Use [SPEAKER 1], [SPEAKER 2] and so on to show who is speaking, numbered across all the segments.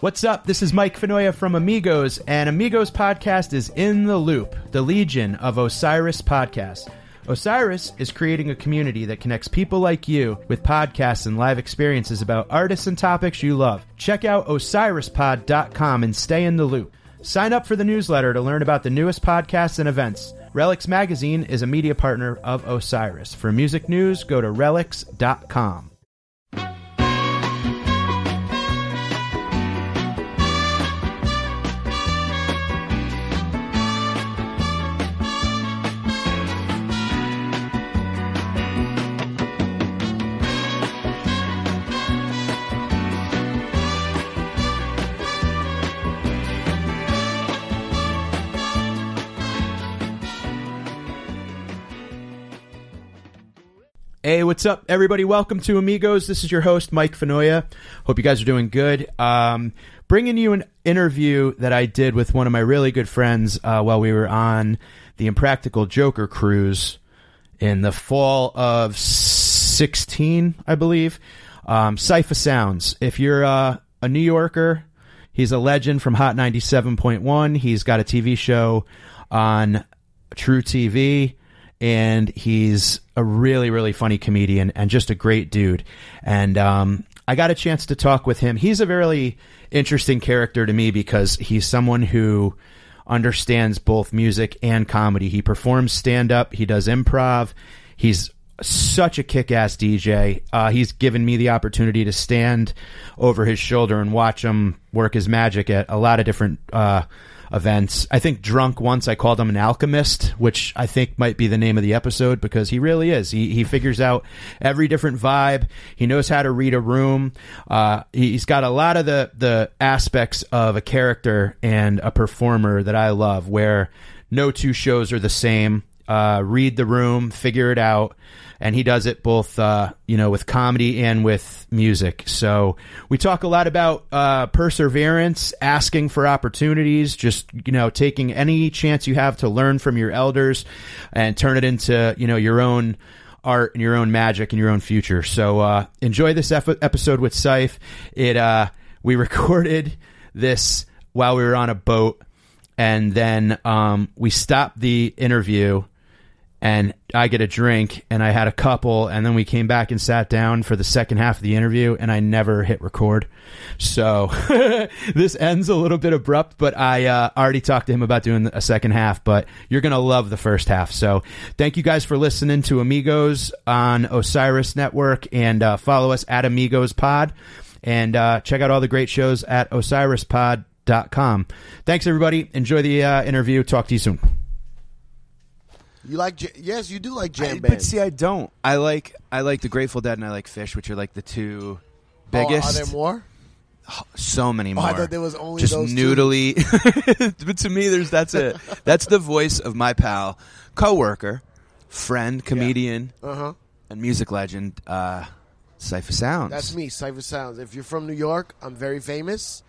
[SPEAKER 1] What's up? This is Mike Fenoya from Amigos, and Amigos Podcast is in the loop, the legion of Osiris Podcasts. Osiris is creating a community that connects people like you with podcasts and live experiences about artists and topics you love. Check out osirispod.com and stay in the loop. Sign up for the newsletter to learn about the newest podcasts and events. Relics Magazine is a media partner of Osiris. For music news, go to relics.com. Hey, what's up, everybody? Welcome to Amigos. This is your host, Mike Fenoya. Hope you guys are doing good. Um, bringing you an interview that I did with one of my really good friends uh, while we were on the Impractical Joker cruise in the fall of 16, I believe. Um, Cypher Sounds. If you're uh, a New Yorker, he's a legend from Hot 97.1. He's got a TV show on True TV, and he's a really, really funny comedian and just a great dude. And um, I got a chance to talk with him. He's a really interesting character to me because he's someone who understands both music and comedy. He performs stand up, he does improv. He's such a kick ass DJ. Uh, he's given me the opportunity to stand over his shoulder and watch him work his magic at a lot of different uh, events. I think drunk once I called him an alchemist, which I think might be the name of the episode because he really is. He, he figures out every different vibe. He knows how to read a room. Uh, he, he's got a lot of the, the aspects of a character and a performer that I love where no two shows are the same uh, read the room, figure it out, and he does it both, uh, you know, with comedy and with music. So we talk a lot about uh, perseverance, asking for opportunities, just you know, taking any chance you have to learn from your elders and turn it into you know your own art and your own magic and your own future. So uh, enjoy this ep- episode with Seif. It uh, we recorded this while we were on a boat. And then um, we stopped the interview and I get a drink and I had a couple and then we came back and sat down for the second half of the interview and I never hit record. So this ends a little bit abrupt, but I uh, already talked to him about doing a second half, but you're going to love the first half. So thank you guys for listening to Amigos on Osiris Network and uh, follow us at Amigos Pod and uh, check out all the great shows at osirispod.com. Thanks everybody. Enjoy the uh, interview. Talk to you soon.
[SPEAKER 2] You like ja- yes, you do like
[SPEAKER 1] I-
[SPEAKER 2] jam
[SPEAKER 1] But
[SPEAKER 2] bands.
[SPEAKER 1] see, I don't. I like I like the Grateful Dead and I like Fish, which are like the two
[SPEAKER 2] Oh,
[SPEAKER 1] biggest.
[SPEAKER 2] are there more? Oh,
[SPEAKER 1] So many more.
[SPEAKER 2] I thought there was only
[SPEAKER 1] just
[SPEAKER 2] those two.
[SPEAKER 1] noodly. but to me, there's that's it. That's the voice of my pal, coworker, friend, comedian,
[SPEAKER 2] Uh huh.
[SPEAKER 1] and music legend, uh, Cypher Sounds.
[SPEAKER 2] That's me, Cypher Sounds. If you're from New York, I'm very famous.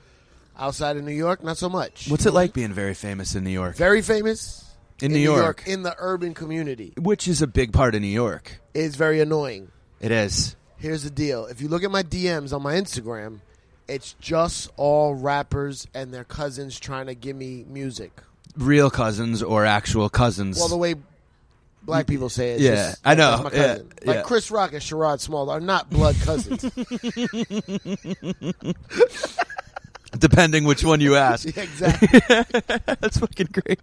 [SPEAKER 2] Outside of New York, not so much.
[SPEAKER 1] What's it like being very famous in New York?
[SPEAKER 2] Very famous
[SPEAKER 1] in, New, York,
[SPEAKER 2] in the urban community.
[SPEAKER 1] which is a big part of New York.
[SPEAKER 2] It's very annoying.
[SPEAKER 1] It is.
[SPEAKER 2] Here's the deal: if you look at my DMs on my Instagram, it's just all rappers and their cousins trying to give me music.
[SPEAKER 1] Real cousins or actual cousins.
[SPEAKER 2] Well, the way black people say it.
[SPEAKER 1] Yeah,
[SPEAKER 2] just,
[SPEAKER 1] I know,
[SPEAKER 2] "That's my
[SPEAKER 1] yeah,
[SPEAKER 2] cousin." like
[SPEAKER 1] yeah.
[SPEAKER 2] Chris Rock and Sherrod Small are not blood cousins.
[SPEAKER 1] depending which one you ask.
[SPEAKER 2] exactly.
[SPEAKER 1] That's fucking great.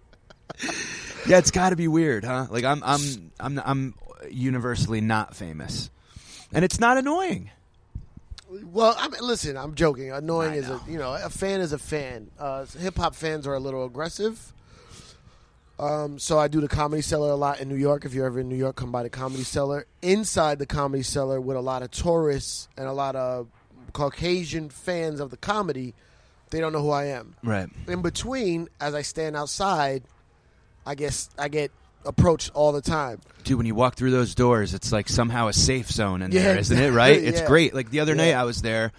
[SPEAKER 1] Yeah, it's got to be weird, huh? Like I'm, I'm, I'm, I'm universally not famous, and it's not annoying.
[SPEAKER 2] Well, I mean, listen, I'm joking. Annoying
[SPEAKER 1] I
[SPEAKER 2] is a
[SPEAKER 1] know.
[SPEAKER 2] you know a fan is a fan. Uh, Hip hop fans are a little aggressive. Um, so I do the Comedy Cellar a lot in New York. If you're ever in New York, come by the Comedy Cellar. Inside the Comedy Cellar, with a lot of tourists and a lot of Caucasian fans of the comedy, they don't know who I am.
[SPEAKER 1] Right.
[SPEAKER 2] In between, as I stand outside, I guess I get approached all the time.
[SPEAKER 1] Dude, when you walk through those doors, it's like somehow a safe zone in there,
[SPEAKER 2] Yeah,
[SPEAKER 1] isn't it? Right?
[SPEAKER 2] exactly,
[SPEAKER 1] It's
[SPEAKER 2] yeah.
[SPEAKER 1] great. Like the other
[SPEAKER 2] Yeah.
[SPEAKER 1] night, I was there,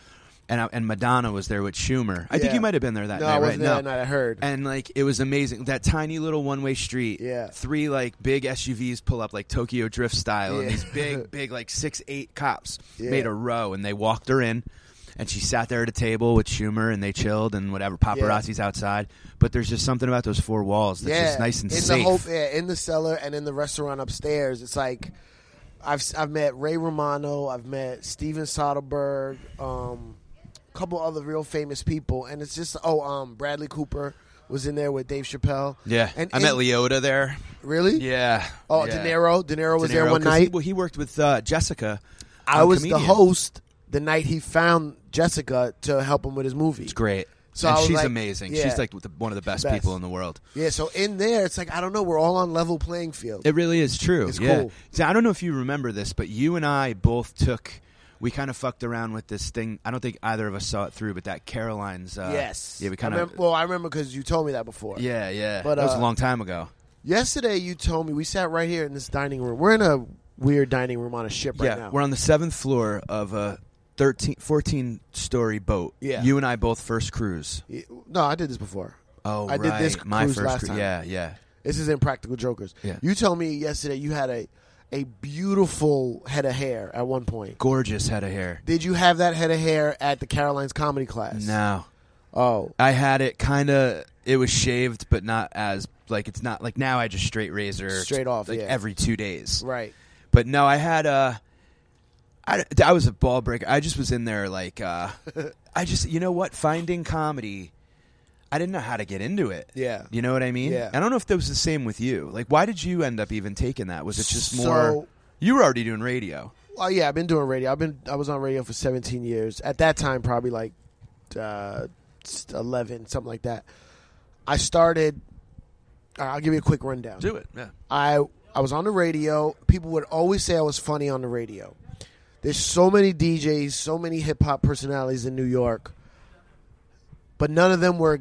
[SPEAKER 1] and I, and Madonna was there with Schumer. I think
[SPEAKER 2] Yeah.
[SPEAKER 1] you might have been there that
[SPEAKER 2] No,
[SPEAKER 1] night,
[SPEAKER 2] I
[SPEAKER 1] right?
[SPEAKER 2] wasn't there
[SPEAKER 1] No.
[SPEAKER 2] that night. I heard.
[SPEAKER 1] And like it was amazing. That tiny little one way street.
[SPEAKER 2] Yeah.
[SPEAKER 1] Three like big SUVs pull up like Tokyo Drift style, and
[SPEAKER 2] Yeah.
[SPEAKER 1] these big, big like six eight cops
[SPEAKER 2] Yeah.
[SPEAKER 1] made a row, and they walked her in. and she sat there at a table with Schumer, and they chilled and whatever. Paparazzi's outside, but there's just something about those four walls that's just nice and
[SPEAKER 2] in
[SPEAKER 1] safe.
[SPEAKER 2] The whole, yeah, in the cellar and in the restaurant upstairs. It's like I've I've met Ray Romano, I've met Steven Soderbergh, um, a couple other real famous people, and it's just oh, um, Bradley Cooper was in there with Dave Chappelle.
[SPEAKER 1] yeah,
[SPEAKER 2] and
[SPEAKER 1] I
[SPEAKER 2] in-
[SPEAKER 1] met Leota there.
[SPEAKER 2] Really?
[SPEAKER 1] Yeah.
[SPEAKER 2] Oh,
[SPEAKER 1] yeah.
[SPEAKER 2] De Niro. De Niro was
[SPEAKER 1] De
[SPEAKER 2] there
[SPEAKER 1] Niro,
[SPEAKER 2] one
[SPEAKER 1] 'cause he-
[SPEAKER 2] night.
[SPEAKER 1] well, he worked with uh, Jessica.
[SPEAKER 2] I
[SPEAKER 1] on
[SPEAKER 2] was
[SPEAKER 1] Comedian.
[SPEAKER 2] the host the night he found Jessica to help him with his movie.
[SPEAKER 1] It's great.
[SPEAKER 2] So
[SPEAKER 1] and
[SPEAKER 2] I was
[SPEAKER 1] she's
[SPEAKER 2] like-
[SPEAKER 1] amazing.
[SPEAKER 2] yeah.
[SPEAKER 1] She's like the, one of the best,
[SPEAKER 2] Best.
[SPEAKER 1] people in the world.
[SPEAKER 2] Yeah, so in there, it's like I don't know. We're all on level playing field.
[SPEAKER 1] It really is true.
[SPEAKER 2] It's
[SPEAKER 1] yeah.
[SPEAKER 2] cool.
[SPEAKER 1] So I don't know if you remember this, but you and I both took. We kind of fucked around with this thing. I don't think either of us saw it through, but that Caroline's. Uh,
[SPEAKER 2] yes.
[SPEAKER 1] Yeah, we
[SPEAKER 2] I
[SPEAKER 1] kind of.
[SPEAKER 2] remem- well, I remember because you told me that before.
[SPEAKER 1] Yeah, yeah.
[SPEAKER 2] But,
[SPEAKER 1] that was a
[SPEAKER 2] uh,
[SPEAKER 1] long time ago.
[SPEAKER 2] Yesterday, you told me we sat right here in this dining room. We're in a weird dining room on a ship right
[SPEAKER 1] yeah,
[SPEAKER 2] now.
[SPEAKER 1] we're on the seventh floor of a 13, 14 story boat.
[SPEAKER 2] Yeah.
[SPEAKER 1] You and I both first cruise.
[SPEAKER 2] Yeah, no, I did this before.
[SPEAKER 1] Oh,
[SPEAKER 2] I did
[SPEAKER 1] right.
[SPEAKER 2] this
[SPEAKER 1] My
[SPEAKER 2] cruise
[SPEAKER 1] first
[SPEAKER 2] last
[SPEAKER 1] cru-
[SPEAKER 2] time.
[SPEAKER 1] Yeah, yeah.
[SPEAKER 2] This is in Practical Jokers.
[SPEAKER 1] Yeah.
[SPEAKER 2] You told me yesterday you had a a beautiful head of hair at one point.
[SPEAKER 1] Gorgeous head of hair.
[SPEAKER 2] Did you have that head of hair at the Caroline's comedy class?
[SPEAKER 1] No.
[SPEAKER 2] Oh,
[SPEAKER 1] I had it kind of. It was shaved, but not as like it's not like now. I just straight razor,
[SPEAKER 2] Straight off,
[SPEAKER 1] like
[SPEAKER 2] yeah.
[SPEAKER 1] every two days.
[SPEAKER 2] right.
[SPEAKER 1] But no, I had uh I, I was a ball breaker. I just was in there like, uh, I just you know what, finding comedy. I didn't know how to get into it.
[SPEAKER 2] Yeah.
[SPEAKER 1] you know what I mean.
[SPEAKER 2] Yeah.
[SPEAKER 1] I don't know if that was the same with you. Like, why did you end up even taking that? Was it just
[SPEAKER 2] So-
[SPEAKER 1] more? you were already doing radio.
[SPEAKER 2] Well, yeah, I've been doing radio. I've been I was on radio for 17 years. At that time, probably like uh, 11, something like that. I started. uh, I'll give you a quick rundown.
[SPEAKER 1] Do it. Yeah.
[SPEAKER 2] I I was on the radio. People would always say I was funny on the radio. There's so many DJs, so many hip hop personalities in New York, but none of them were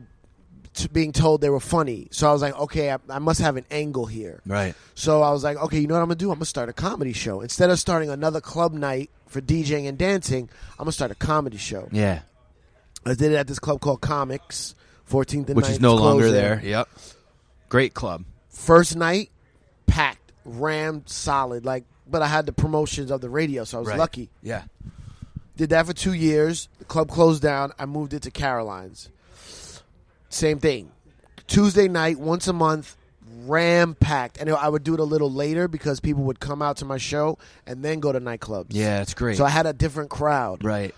[SPEAKER 2] t- being told they were funny. So I was like, okay, I, I must have an angle here.
[SPEAKER 1] Right.
[SPEAKER 2] So I was like, okay, you know what I'm gonna do? I'm gonna start a comedy show instead of starting another club night for DJing and dancing. I'm gonna start a comedy show.
[SPEAKER 1] Yeah.
[SPEAKER 2] I did it at this club called Comics, 14th and
[SPEAKER 1] Which
[SPEAKER 2] 9th,
[SPEAKER 1] is no
[SPEAKER 2] it's
[SPEAKER 1] longer
[SPEAKER 2] closed
[SPEAKER 1] there. Yep. Great club.
[SPEAKER 2] first night packed rammed solid like but i had the promotions of the radio so i was
[SPEAKER 1] Right.
[SPEAKER 2] lucky
[SPEAKER 1] Yeah.
[SPEAKER 2] did that for two years the club closed down i moved it to caroline's same thing tuesday night once a month ram packed and i would do it a little later because people would come out to my show and then go to nightclubs
[SPEAKER 1] Yeah. It's great.
[SPEAKER 2] so i had a different crowd
[SPEAKER 1] right.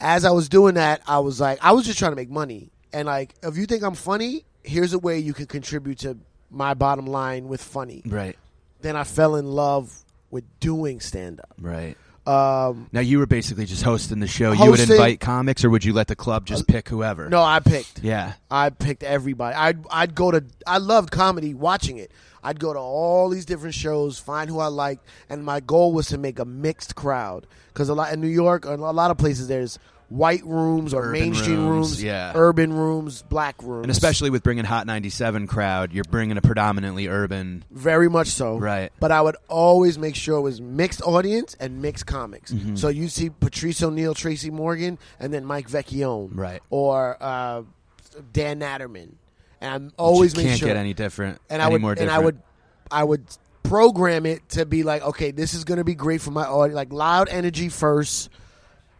[SPEAKER 2] as I was doing that, I was like, I was just trying to make money. And like, if you think I'm funny, here's a way you can contribute to my bottom line with funny.
[SPEAKER 1] Right.
[SPEAKER 2] Then I fell in love with doing stand up.
[SPEAKER 1] Right.
[SPEAKER 2] Um,
[SPEAKER 1] Now you were basically just hosting the show. you would
[SPEAKER 2] Hosting- Uh,
[SPEAKER 1] invite comics, or would you let the club just pick whoever?
[SPEAKER 2] no, I picked.
[SPEAKER 1] Yeah.
[SPEAKER 2] I picked everybody. I'd I'd go to. I loved comedy, watching it. I'd go to all these different shows, find who I liked, and my goal was to make a mixed crowd because a lot in New York, a lot of places there's white rooms or
[SPEAKER 1] Urban
[SPEAKER 2] mainstream
[SPEAKER 1] rooms,
[SPEAKER 2] rooms,
[SPEAKER 1] yeah.
[SPEAKER 2] urban rooms, black rooms,
[SPEAKER 1] And especially with bringing Hot 97 crowd, you're bringing a predominantly urban.
[SPEAKER 2] Very much so.
[SPEAKER 1] Right.
[SPEAKER 2] But I would always make sure it was mixed audience and mixed comics.
[SPEAKER 1] Mm-hmm.
[SPEAKER 2] So you see Patrice O'Neill, Tracy Morgan, and then Mike Vecchione.
[SPEAKER 1] Right.
[SPEAKER 2] Or uh, Dan Natterman. And I'm always
[SPEAKER 1] You
[SPEAKER 2] make
[SPEAKER 1] can't
[SPEAKER 2] sure.
[SPEAKER 1] get any different.
[SPEAKER 2] and I
[SPEAKER 1] any
[SPEAKER 2] would
[SPEAKER 1] more different.
[SPEAKER 2] and I would I would program it to be like, okay, this is going to be great for my audience. Like loud energy first,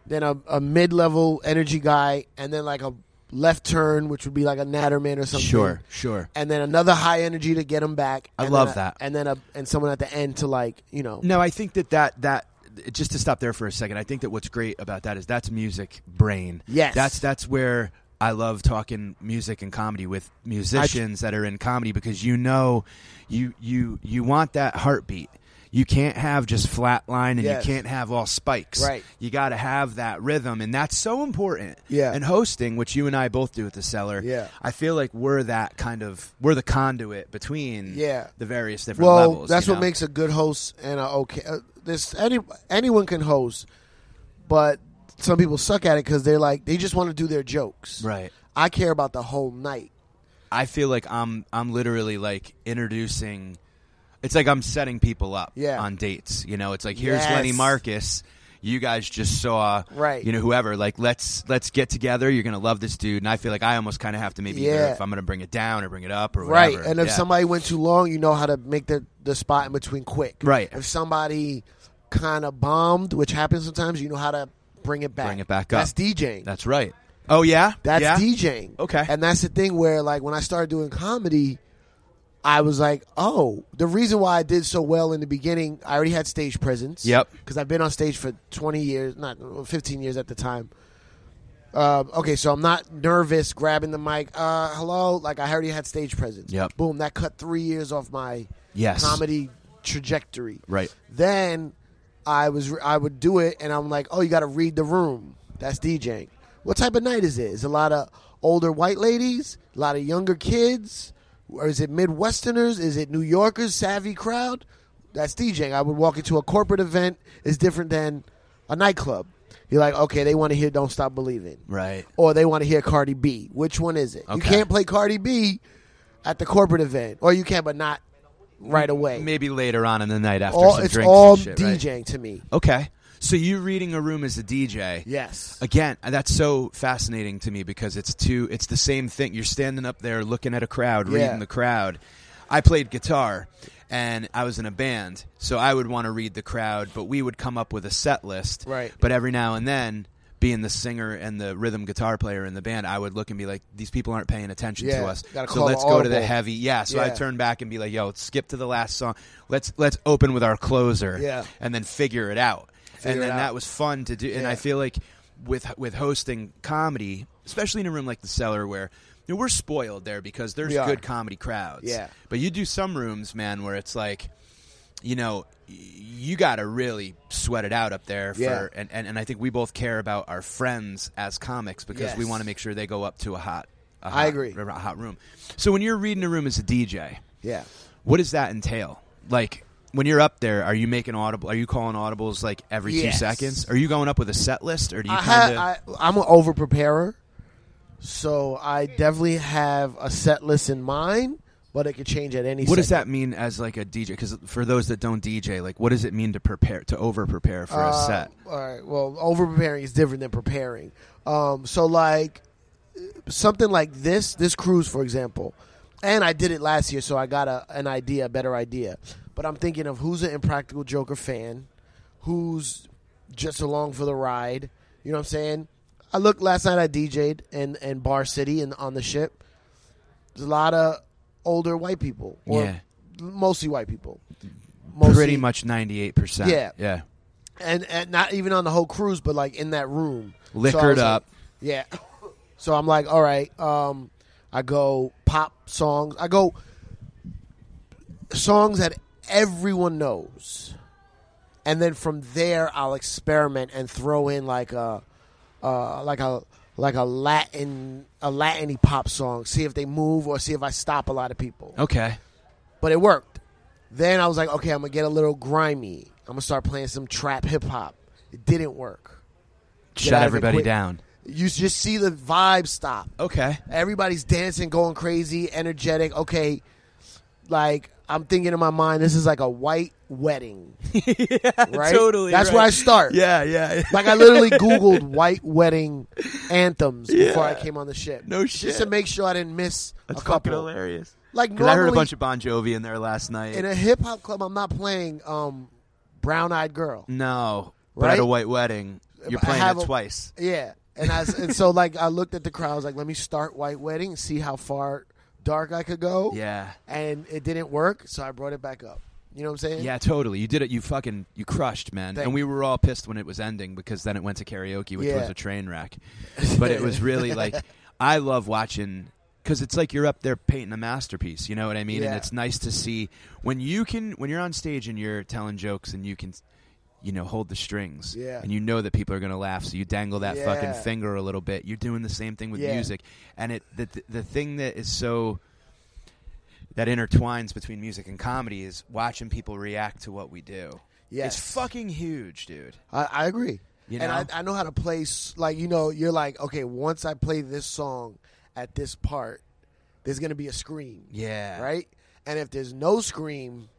[SPEAKER 2] then a, a mid level energy guy, and then like a left turn, which would be like a Natterman or something
[SPEAKER 1] Sure, sure.
[SPEAKER 2] and then another high energy to get them back.
[SPEAKER 1] I
[SPEAKER 2] and
[SPEAKER 1] love
[SPEAKER 2] then a-
[SPEAKER 1] that.
[SPEAKER 2] And then a, and someone at the end to like you know.
[SPEAKER 1] No, I think that that that just to stop there for a second. I think that what's great about that is that's music brain.
[SPEAKER 2] Yes.
[SPEAKER 1] that's that's where I love talking music and comedy with musicians that are in comedy because you know you you you want that heartbeat. You can't have just flat line and
[SPEAKER 2] Yes.
[SPEAKER 1] you can't have all spikes.
[SPEAKER 2] Right.
[SPEAKER 1] You got to have that rhythm, and that's so important.
[SPEAKER 2] Yeah.
[SPEAKER 1] And hosting, which you and I both do at the cellar.
[SPEAKER 2] Yeah.
[SPEAKER 1] I feel like we're that kind of we're the conduit between
[SPEAKER 2] Yeah.
[SPEAKER 1] the various different
[SPEAKER 2] Well,
[SPEAKER 1] levels.
[SPEAKER 2] that's
[SPEAKER 1] you
[SPEAKER 2] what
[SPEAKER 1] know?
[SPEAKER 2] makes a good host and a okay. Uh, this any anyone can host, but some people suck at it because they're like they just want to do their jokes.
[SPEAKER 1] right.
[SPEAKER 2] I care about the whole night.
[SPEAKER 1] I feel like I'm I'm literally like introducing. It's like I'm setting people up
[SPEAKER 2] Yeah.
[SPEAKER 1] on dates. You know, it's like here's
[SPEAKER 2] Yes.
[SPEAKER 1] Lenny Marcus. You guys just saw,
[SPEAKER 2] Right.
[SPEAKER 1] You know, whoever. Like, let's let's get together. You're gonna love this dude, and I feel like I almost kind of have to maybe either
[SPEAKER 2] Yeah.
[SPEAKER 1] if I'm gonna bring it down or bring it up or
[SPEAKER 2] Right,
[SPEAKER 1] whatever.
[SPEAKER 2] and if
[SPEAKER 1] Yeah.
[SPEAKER 2] somebody went too long, you know how to make the the spot in between quick.
[SPEAKER 1] Right.
[SPEAKER 2] If somebody kind of bombed, which happens sometimes, you know how to bring it back.
[SPEAKER 1] Bring it back up.
[SPEAKER 2] That's DJing.
[SPEAKER 1] That's right. Oh yeah,
[SPEAKER 2] That's
[SPEAKER 1] yeah?
[SPEAKER 2] DJing.
[SPEAKER 1] Okay.
[SPEAKER 2] And that's the thing where, like, when I started doing comedy, I was like, oh, the reason why I did so well in the beginning, I already had stage presence.
[SPEAKER 1] Yep.
[SPEAKER 2] Because I've been on stage for 20 years, not 15 years at the time. Um, okay, so I'm not nervous grabbing the mic. Uh, hello, like I already had stage presence.
[SPEAKER 1] Yep.
[SPEAKER 2] Boom, that cut three years off my
[SPEAKER 1] Yes.
[SPEAKER 2] comedy trajectory.
[SPEAKER 1] Right.
[SPEAKER 2] Then I was I would do it, and I'm like, oh, you got to read the room. That's DJing. What type of night is it? Is it a lot of older white ladies, a lot of younger kids, or is it Midwesterners? Is it New Yorkers, savvy crowd? That's DJing. I would walk into a corporate event. It's different than a nightclub. You're like, okay, they want to hear "Don't Stop Believing,"
[SPEAKER 1] Right.
[SPEAKER 2] or they want to hear Cardi B. Which one is it? You
[SPEAKER 1] Okay.
[SPEAKER 2] can't play Cardi B at the corporate event, or you can, but not right away.
[SPEAKER 1] Maybe later on in the night after
[SPEAKER 2] all,
[SPEAKER 1] some
[SPEAKER 2] it's
[SPEAKER 1] drinks
[SPEAKER 2] all
[SPEAKER 1] and shit, right?
[SPEAKER 2] DJing to me.
[SPEAKER 1] Okay. So you reading a room as a DJ.
[SPEAKER 2] Yes.
[SPEAKER 1] Again, uh, that's so fascinating to me because it's two it's the same thing. You're standing up there looking at a crowd,
[SPEAKER 2] Yeah.
[SPEAKER 1] reading the crowd. I played guitar and I was in a band, so I would want to read the crowd, but we would come up with a set list.
[SPEAKER 2] Right.
[SPEAKER 1] But every now and then being the singer and the rhythm guitar player in the band, I would look and be like, "These people aren't paying attention
[SPEAKER 2] Yeah,
[SPEAKER 1] to us."
[SPEAKER 2] gotta
[SPEAKER 1] So
[SPEAKER 2] call
[SPEAKER 1] let's
[SPEAKER 2] an
[SPEAKER 1] go to the
[SPEAKER 2] audible.
[SPEAKER 1] heavy. Yeah. So I
[SPEAKER 2] Yeah.
[SPEAKER 1] turn back and be like, "Yo, let's skip to the last song. Let's let's open with our closer."
[SPEAKER 2] Yeah.
[SPEAKER 1] And then figure it out.
[SPEAKER 2] Figure
[SPEAKER 1] and
[SPEAKER 2] it
[SPEAKER 1] then
[SPEAKER 2] out.
[SPEAKER 1] that was fun to do. And I
[SPEAKER 2] Yeah.
[SPEAKER 1] feel feel like with with hosting comedy, especially in a room like the cellar where you know, we're spoiled there because there's
[SPEAKER 2] We are.
[SPEAKER 1] good comedy crowds.
[SPEAKER 2] Yeah.
[SPEAKER 1] But you do some rooms, man, where it's like, you know, y- you got to really sweat it out up there. For,
[SPEAKER 2] Yeah.
[SPEAKER 1] and, and, and I think we both care about our friends as comics because we
[SPEAKER 2] Yes.
[SPEAKER 1] want to make sure they go up to a hot, a
[SPEAKER 2] I
[SPEAKER 1] hot-
[SPEAKER 2] agree.
[SPEAKER 1] a hot room. So when you're reading a room as a DJ,
[SPEAKER 2] Yeah.
[SPEAKER 1] what does that entail? Like when you're up there, are you making audible? Are you calling audibles like every two
[SPEAKER 2] Yes.
[SPEAKER 1] seconds? Are you going up with a set list, or do you
[SPEAKER 2] I
[SPEAKER 1] kind of?
[SPEAKER 2] ha- I, I'm an over preparer, so I definitely have a set list in mind, but it could change at any.
[SPEAKER 1] What does
[SPEAKER 2] second.
[SPEAKER 1] that mean as like a DJ? Because for those that don't DJ, like what does it mean to prepare to over prepare for a
[SPEAKER 2] Uh,
[SPEAKER 1] set?
[SPEAKER 2] All right. Well, over preparing is different than preparing. Um, so like something like this, this cruise, for example, and I did it last year, so I got a, an idea, a better idea. But I'm thinking of who's an Impractical Joker fan, who's just along for the ride. You know what I'm saying? I looked last night. I DJ'd in, in Bar City and on the ship. There's a lot of older white people, or
[SPEAKER 1] Yeah.
[SPEAKER 2] mostly white people.
[SPEAKER 1] Pretty
[SPEAKER 2] Mostly-
[SPEAKER 1] much ninety eight percent.
[SPEAKER 2] Yeah.
[SPEAKER 1] yeah.
[SPEAKER 2] and, and not even on the whole cruise, but like in that room, So I
[SPEAKER 1] Liquored
[SPEAKER 2] was like-
[SPEAKER 1] up.
[SPEAKER 2] yeah. So I'm like, all right. Um, I go pop songs. I go songs that everyone knows, and then from there I'll experiment and throw in like a, uh, like a like a Latin a Latin pop song. See if they move or see if I stop a lot of people
[SPEAKER 1] Okay.
[SPEAKER 2] but it worked. Then I was like, okay, I'm gonna get a little grimy. I'm gonna start playing some trap hip hop. It didn't work. out
[SPEAKER 1] Shut
[SPEAKER 2] of it
[SPEAKER 1] everybody
[SPEAKER 2] quick.
[SPEAKER 1] down.
[SPEAKER 2] You s- just see the vibe stop.
[SPEAKER 1] Okay.
[SPEAKER 2] Everybody's dancing, going crazy, energetic. Okay, like I'm thinking in my mind, this is like a white wedding, right?
[SPEAKER 1] totally,
[SPEAKER 2] That's
[SPEAKER 1] right.
[SPEAKER 2] where I start.
[SPEAKER 1] Yeah, yeah.
[SPEAKER 2] Like I literally Googled white wedding anthems before I came on the ship.
[SPEAKER 1] No shit.
[SPEAKER 2] Just to make sure I didn't miss
[SPEAKER 1] That's
[SPEAKER 2] a
[SPEAKER 1] fucking
[SPEAKER 2] couple.
[SPEAKER 1] hilarious.
[SPEAKER 2] Like
[SPEAKER 1] Because I heard a
[SPEAKER 2] normally-
[SPEAKER 1] bunch of Bon Jovi in there last night.
[SPEAKER 2] in a hip hop club, I'm not playing um, Brown Eyed Girl.
[SPEAKER 1] no, but at
[SPEAKER 2] Right?
[SPEAKER 1] a white wedding, you're
[SPEAKER 2] I
[SPEAKER 1] playing
[SPEAKER 2] have
[SPEAKER 1] it
[SPEAKER 2] a-
[SPEAKER 1] twice.
[SPEAKER 2] Yeah, and I s- and so like I looked at the crowd. I was like, let me start White Wedding, see how far dark I could go.
[SPEAKER 1] Yeah.
[SPEAKER 2] and it didn't work, so I brought it back up. You know what I'm saying?
[SPEAKER 1] Yeah, totally. You did it. You fucking you crushed, man.
[SPEAKER 2] Thank
[SPEAKER 1] and we were all pissed when it was ending because then it went to karaoke, which
[SPEAKER 2] Yeah.
[SPEAKER 1] was a train wreck. But it was really like I love watching because it's like you're up there painting a masterpiece. You know what I mean? And
[SPEAKER 2] Yeah.
[SPEAKER 1] it's nice to see when you can when you're on stage and you're telling jokes and you can. You know, hold the strings,
[SPEAKER 2] Yeah.
[SPEAKER 1] and you know that people are going to laugh, so you dangle that
[SPEAKER 2] Yeah.
[SPEAKER 1] fucking finger a little bit. You're doing the same thing with
[SPEAKER 2] Yeah.
[SPEAKER 1] music, and it the, the the thing that is so that intertwines between music and comedy is watching people react to what we do.
[SPEAKER 2] Yes.
[SPEAKER 1] It's fucking huge, dude.
[SPEAKER 2] I, I agree.
[SPEAKER 1] You
[SPEAKER 2] and
[SPEAKER 1] know?
[SPEAKER 2] I, I know how to play. s- Like you know, you're like, okay, once I play this song at this part, there's gonna be a scream.
[SPEAKER 1] Yeah.
[SPEAKER 2] right? And if there's no scream,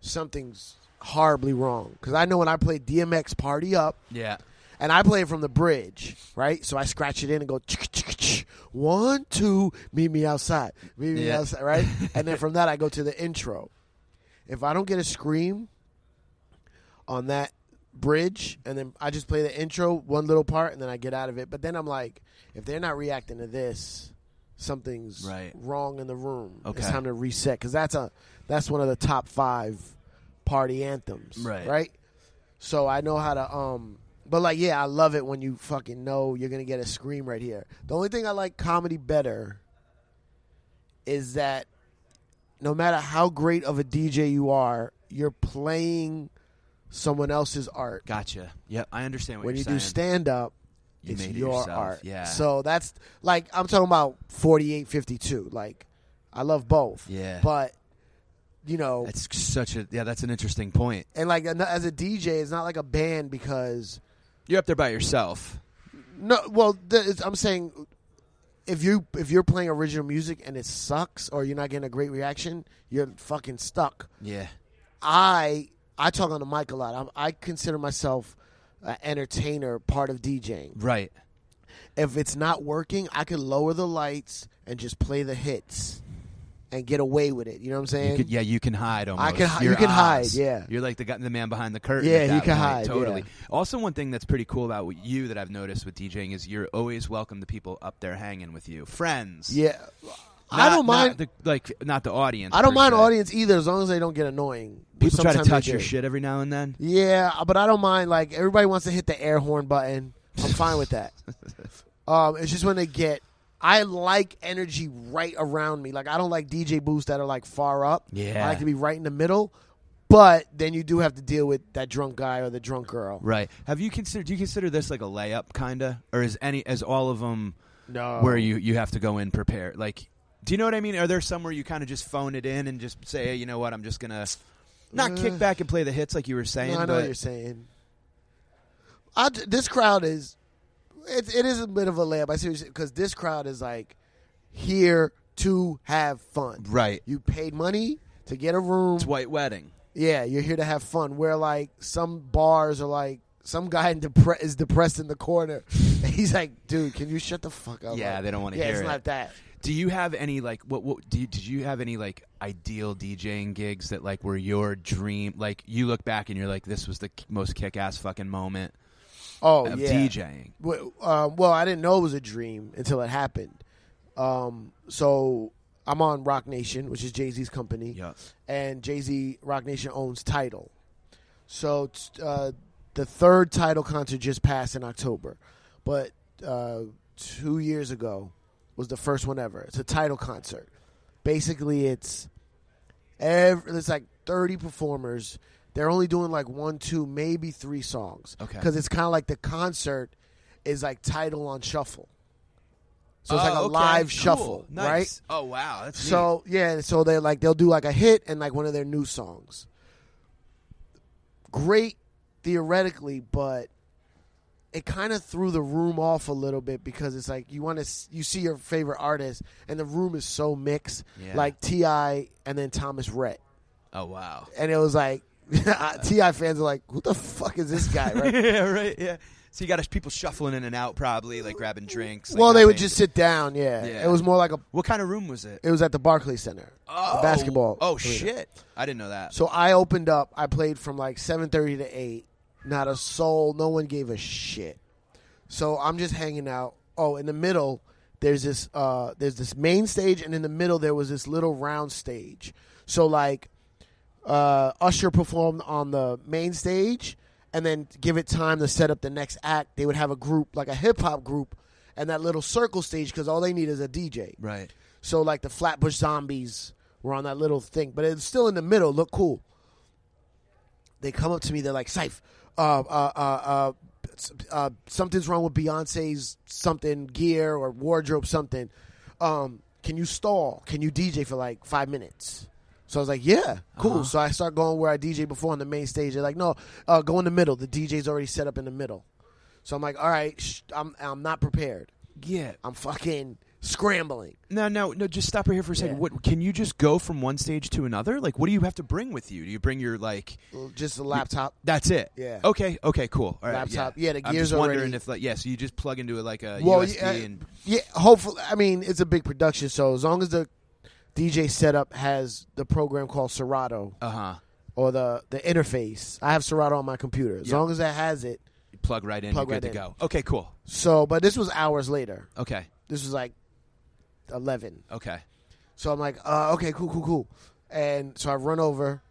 [SPEAKER 2] something's horribly wrong. Because I know when I play DMX Party Up,
[SPEAKER 1] Yeah.
[SPEAKER 2] and I play it from the bridge, right? So I scratch it in and go "Chick, chick, chick. one, two, meet me outside, meet me
[SPEAKER 1] Yeah.
[SPEAKER 2] outside, right? and then from that I go to the intro. If I don't get a scream on that bridge, and then I just play the intro, one little part, and then I get out of it. But then I'm like, if they're not reacting to this, something's
[SPEAKER 1] Right.
[SPEAKER 2] wrong in the room. It's
[SPEAKER 1] Okay.
[SPEAKER 2] time to reset because that's a that's one of the top five party anthems.
[SPEAKER 1] Right.
[SPEAKER 2] Right. So I know how to um. But like, yeah, I love it when you fucking know you're gonna get a scream right here. The only thing I like comedy better is that no matter how great of a DJ you are, you're playing someone else's art.
[SPEAKER 1] Gotcha. Yeah, I understand what
[SPEAKER 2] when
[SPEAKER 1] you're
[SPEAKER 2] you
[SPEAKER 1] saying.
[SPEAKER 2] do stand up,
[SPEAKER 1] You
[SPEAKER 2] it's
[SPEAKER 1] made it
[SPEAKER 2] your
[SPEAKER 1] yourself,
[SPEAKER 2] art.
[SPEAKER 1] yeah.
[SPEAKER 2] So that's like I'm talking about 48, 52. Like I love both.
[SPEAKER 1] Yeah.
[SPEAKER 2] But you know,
[SPEAKER 1] that's such a yeah. That's an interesting point.
[SPEAKER 2] and like an- as a DJ, it's not like a band because
[SPEAKER 1] You're up there by yourself.
[SPEAKER 2] no. Well, th- it's- I'm saying if you if you're playing original music and it sucks or you're not getting a great reaction, you're fucking stuck.
[SPEAKER 1] Yeah.
[SPEAKER 2] I I talk on the mic a lot. I'm, I consider myself an entertainer, part of DJing.
[SPEAKER 1] Right.
[SPEAKER 2] If it's not working, I can lower the lights and just play the hits and get away with it. You know what I'm saying?
[SPEAKER 1] You could, yeah, you can hide almost.
[SPEAKER 2] I can hi-
[SPEAKER 1] Your
[SPEAKER 2] you can hide,
[SPEAKER 1] eyes.
[SPEAKER 2] yeah.
[SPEAKER 1] you're like the guy, the man behind the curtain.
[SPEAKER 2] Yeah,
[SPEAKER 1] at
[SPEAKER 2] you
[SPEAKER 1] that
[SPEAKER 2] can
[SPEAKER 1] point,
[SPEAKER 2] hide,
[SPEAKER 1] totally.
[SPEAKER 2] yeah.
[SPEAKER 1] Also, one thing that's pretty cool about you that I've noticed with DJing is you're always welcome to people up there hanging with you, friends.
[SPEAKER 2] yeah.
[SPEAKER 1] Not-
[SPEAKER 2] I don't
[SPEAKER 1] not
[SPEAKER 2] mind.
[SPEAKER 1] the, like not the audience.
[SPEAKER 2] I don't
[SPEAKER 1] per
[SPEAKER 2] mind
[SPEAKER 1] se.
[SPEAKER 2] audience either, as long as they don't get annoying. But
[SPEAKER 1] People try to
[SPEAKER 2] sometimes they
[SPEAKER 1] touch your
[SPEAKER 2] do.
[SPEAKER 1] shit every now and then.
[SPEAKER 2] Yeah, but I don't mind. Like everybody wants to hit the air horn button. I'm fine with that. Um, it's just when they get. I like energy right around me. Like I don't like DJ booths that are like far up.
[SPEAKER 1] Yeah.
[SPEAKER 2] I like to be right in the middle. But then you do have to deal with that drunk guy or the drunk girl.
[SPEAKER 1] Right. Have you considered? Do you consider this like a layup, kinda, or is any as all of them
[SPEAKER 2] No.
[SPEAKER 1] where you you have to go in prepared? Like, do you know what I mean? Are there some where you kind of just phone it in and just say, hey, you know what, I'm just gonna not kick
[SPEAKER 2] Uh,
[SPEAKER 1] back and play the hits like you were
[SPEAKER 2] No,
[SPEAKER 1] saying?
[SPEAKER 2] I know
[SPEAKER 1] but
[SPEAKER 2] what you're saying. I, this crowd is. It, it is a bit of a layup. I see because this crowd is like here to have fun.
[SPEAKER 1] right.
[SPEAKER 2] You paid money to get a room.
[SPEAKER 1] It's white wedding.
[SPEAKER 2] Yeah, you're here to have fun. Where like some bars are like some guy in depre- is depressed in the corner. And he's like, dude, can you shut the fuck up?
[SPEAKER 1] Yeah,
[SPEAKER 2] Like,
[SPEAKER 1] they don't wanna
[SPEAKER 2] yeah,
[SPEAKER 1] hear
[SPEAKER 2] it's
[SPEAKER 1] it.
[SPEAKER 2] not that.
[SPEAKER 1] Do you have any like what what do you, did you have any like ideal DJing gigs that like were your dream? Like you look back and you're like, this was the k- most kick ass fucking moment
[SPEAKER 2] Oh
[SPEAKER 1] of
[SPEAKER 2] yeah.
[SPEAKER 1] DJing.
[SPEAKER 2] Well, um, well, I didn't know it was a dream until it happened. Um, so I'm on Rock Nation, which is Jay Z's company.
[SPEAKER 1] Yeah.
[SPEAKER 2] and Jay Z Rock Nation owns Title. So t- uh, the third Title concert just passed in October, but uh, two years ago was the first one ever. It's a Title concert. Basically, it's every, it's like thirty performers. They're only doing like one, two, maybe three songs.
[SPEAKER 1] Okay.
[SPEAKER 2] because it's kind of like the concert is like Title on shuffle. So it's
[SPEAKER 1] Oh,
[SPEAKER 2] like a
[SPEAKER 1] okay.
[SPEAKER 2] live
[SPEAKER 1] Cool.
[SPEAKER 2] shuffle,
[SPEAKER 1] Nice.
[SPEAKER 2] right?
[SPEAKER 1] Oh wow, that's neat.
[SPEAKER 2] So yeah, so they like they'll do like a hit and like one of their new songs. Great theoretically, but it kind of threw the room off a little bit because it's like you want to you see your favorite artist and the room is so mixed,
[SPEAKER 1] Yeah.
[SPEAKER 2] like Ti and then Thomas Rhett,
[SPEAKER 1] Oh wow.
[SPEAKER 2] and it was like Ti fans are like, who the fuck is this guy? Right?
[SPEAKER 1] yeah, right. Yeah. So you got people shuffling in and out, probably like grabbing drinks. like,
[SPEAKER 2] well, they would
[SPEAKER 1] nothing.
[SPEAKER 2] just sit down. Yeah.
[SPEAKER 1] Yeah.
[SPEAKER 2] it was more like a.
[SPEAKER 1] What kind of room was it?
[SPEAKER 2] It was at the Barclays Center,
[SPEAKER 1] oh,
[SPEAKER 2] the basketball.
[SPEAKER 1] Oh
[SPEAKER 2] arena.
[SPEAKER 1] shit! I didn't know that.
[SPEAKER 2] So I opened up. I played from like seven thirty to eight. Not a soul. No one gave a shit. So I'm just hanging out. Oh, in the middle, there's this uh, there's this main stage, and in the middle there was this little round stage. So like, uh, Usher performed on the main stage, and then give it time to set up the next act. They would have a group like a hip hop group, and that little circle stage because all they need is a DJ.
[SPEAKER 1] Right.
[SPEAKER 2] So like the Flatbush Zombies were on that little thing, but it's still in the middle. Look cool. They come up to me. They're like, "Syph, uh, uh, uh, uh, s- uh, something's wrong with Beyonce's something gear or wardrobe something. Um, can you stall? Can you DJ for like five minutes?" So I was like, "Yeah, cool."
[SPEAKER 1] Uh-huh.
[SPEAKER 2] So I start going where I DJ before on the main stage. They're like, "No, uh, go in the middle. The DJ's already set up in the middle." So I'm like, "All right, sh- I'm I'm not prepared.
[SPEAKER 1] Yeah.
[SPEAKER 2] I'm fucking scrambling."
[SPEAKER 1] No, no, no. Just stop right here for a second.
[SPEAKER 2] Yeah.
[SPEAKER 1] What can you just go from one stage to another? Like, what do you have to bring with you? Do you bring your like?
[SPEAKER 2] L- just a laptop.
[SPEAKER 1] That's it.
[SPEAKER 2] Yeah.
[SPEAKER 1] Okay. Okay. Cool. All right.
[SPEAKER 2] Laptop.
[SPEAKER 1] Yeah.
[SPEAKER 2] Yeah, the
[SPEAKER 1] I'm
[SPEAKER 2] gears
[SPEAKER 1] just wondering
[SPEAKER 2] already-
[SPEAKER 1] if like yeah, so you just plug into like a
[SPEAKER 2] Well,
[SPEAKER 1] USB
[SPEAKER 2] yeah,
[SPEAKER 1] and
[SPEAKER 2] yeah. Hopefully, I mean it's a big production, so as long as the DJ setup has the program called Serato
[SPEAKER 1] uh huh.
[SPEAKER 2] or the the interface. I have Serato on my computer. As
[SPEAKER 1] Yeah.
[SPEAKER 2] long as that has it.
[SPEAKER 1] You plug right in.
[SPEAKER 2] Plug
[SPEAKER 1] you're
[SPEAKER 2] right
[SPEAKER 1] good
[SPEAKER 2] in.
[SPEAKER 1] to go. Okay, cool.
[SPEAKER 2] So, but this was hours later.
[SPEAKER 1] Okay,
[SPEAKER 2] This was like eleven.
[SPEAKER 1] okay.
[SPEAKER 2] So I'm like, uh, okay, cool, cool, cool. And so I run over.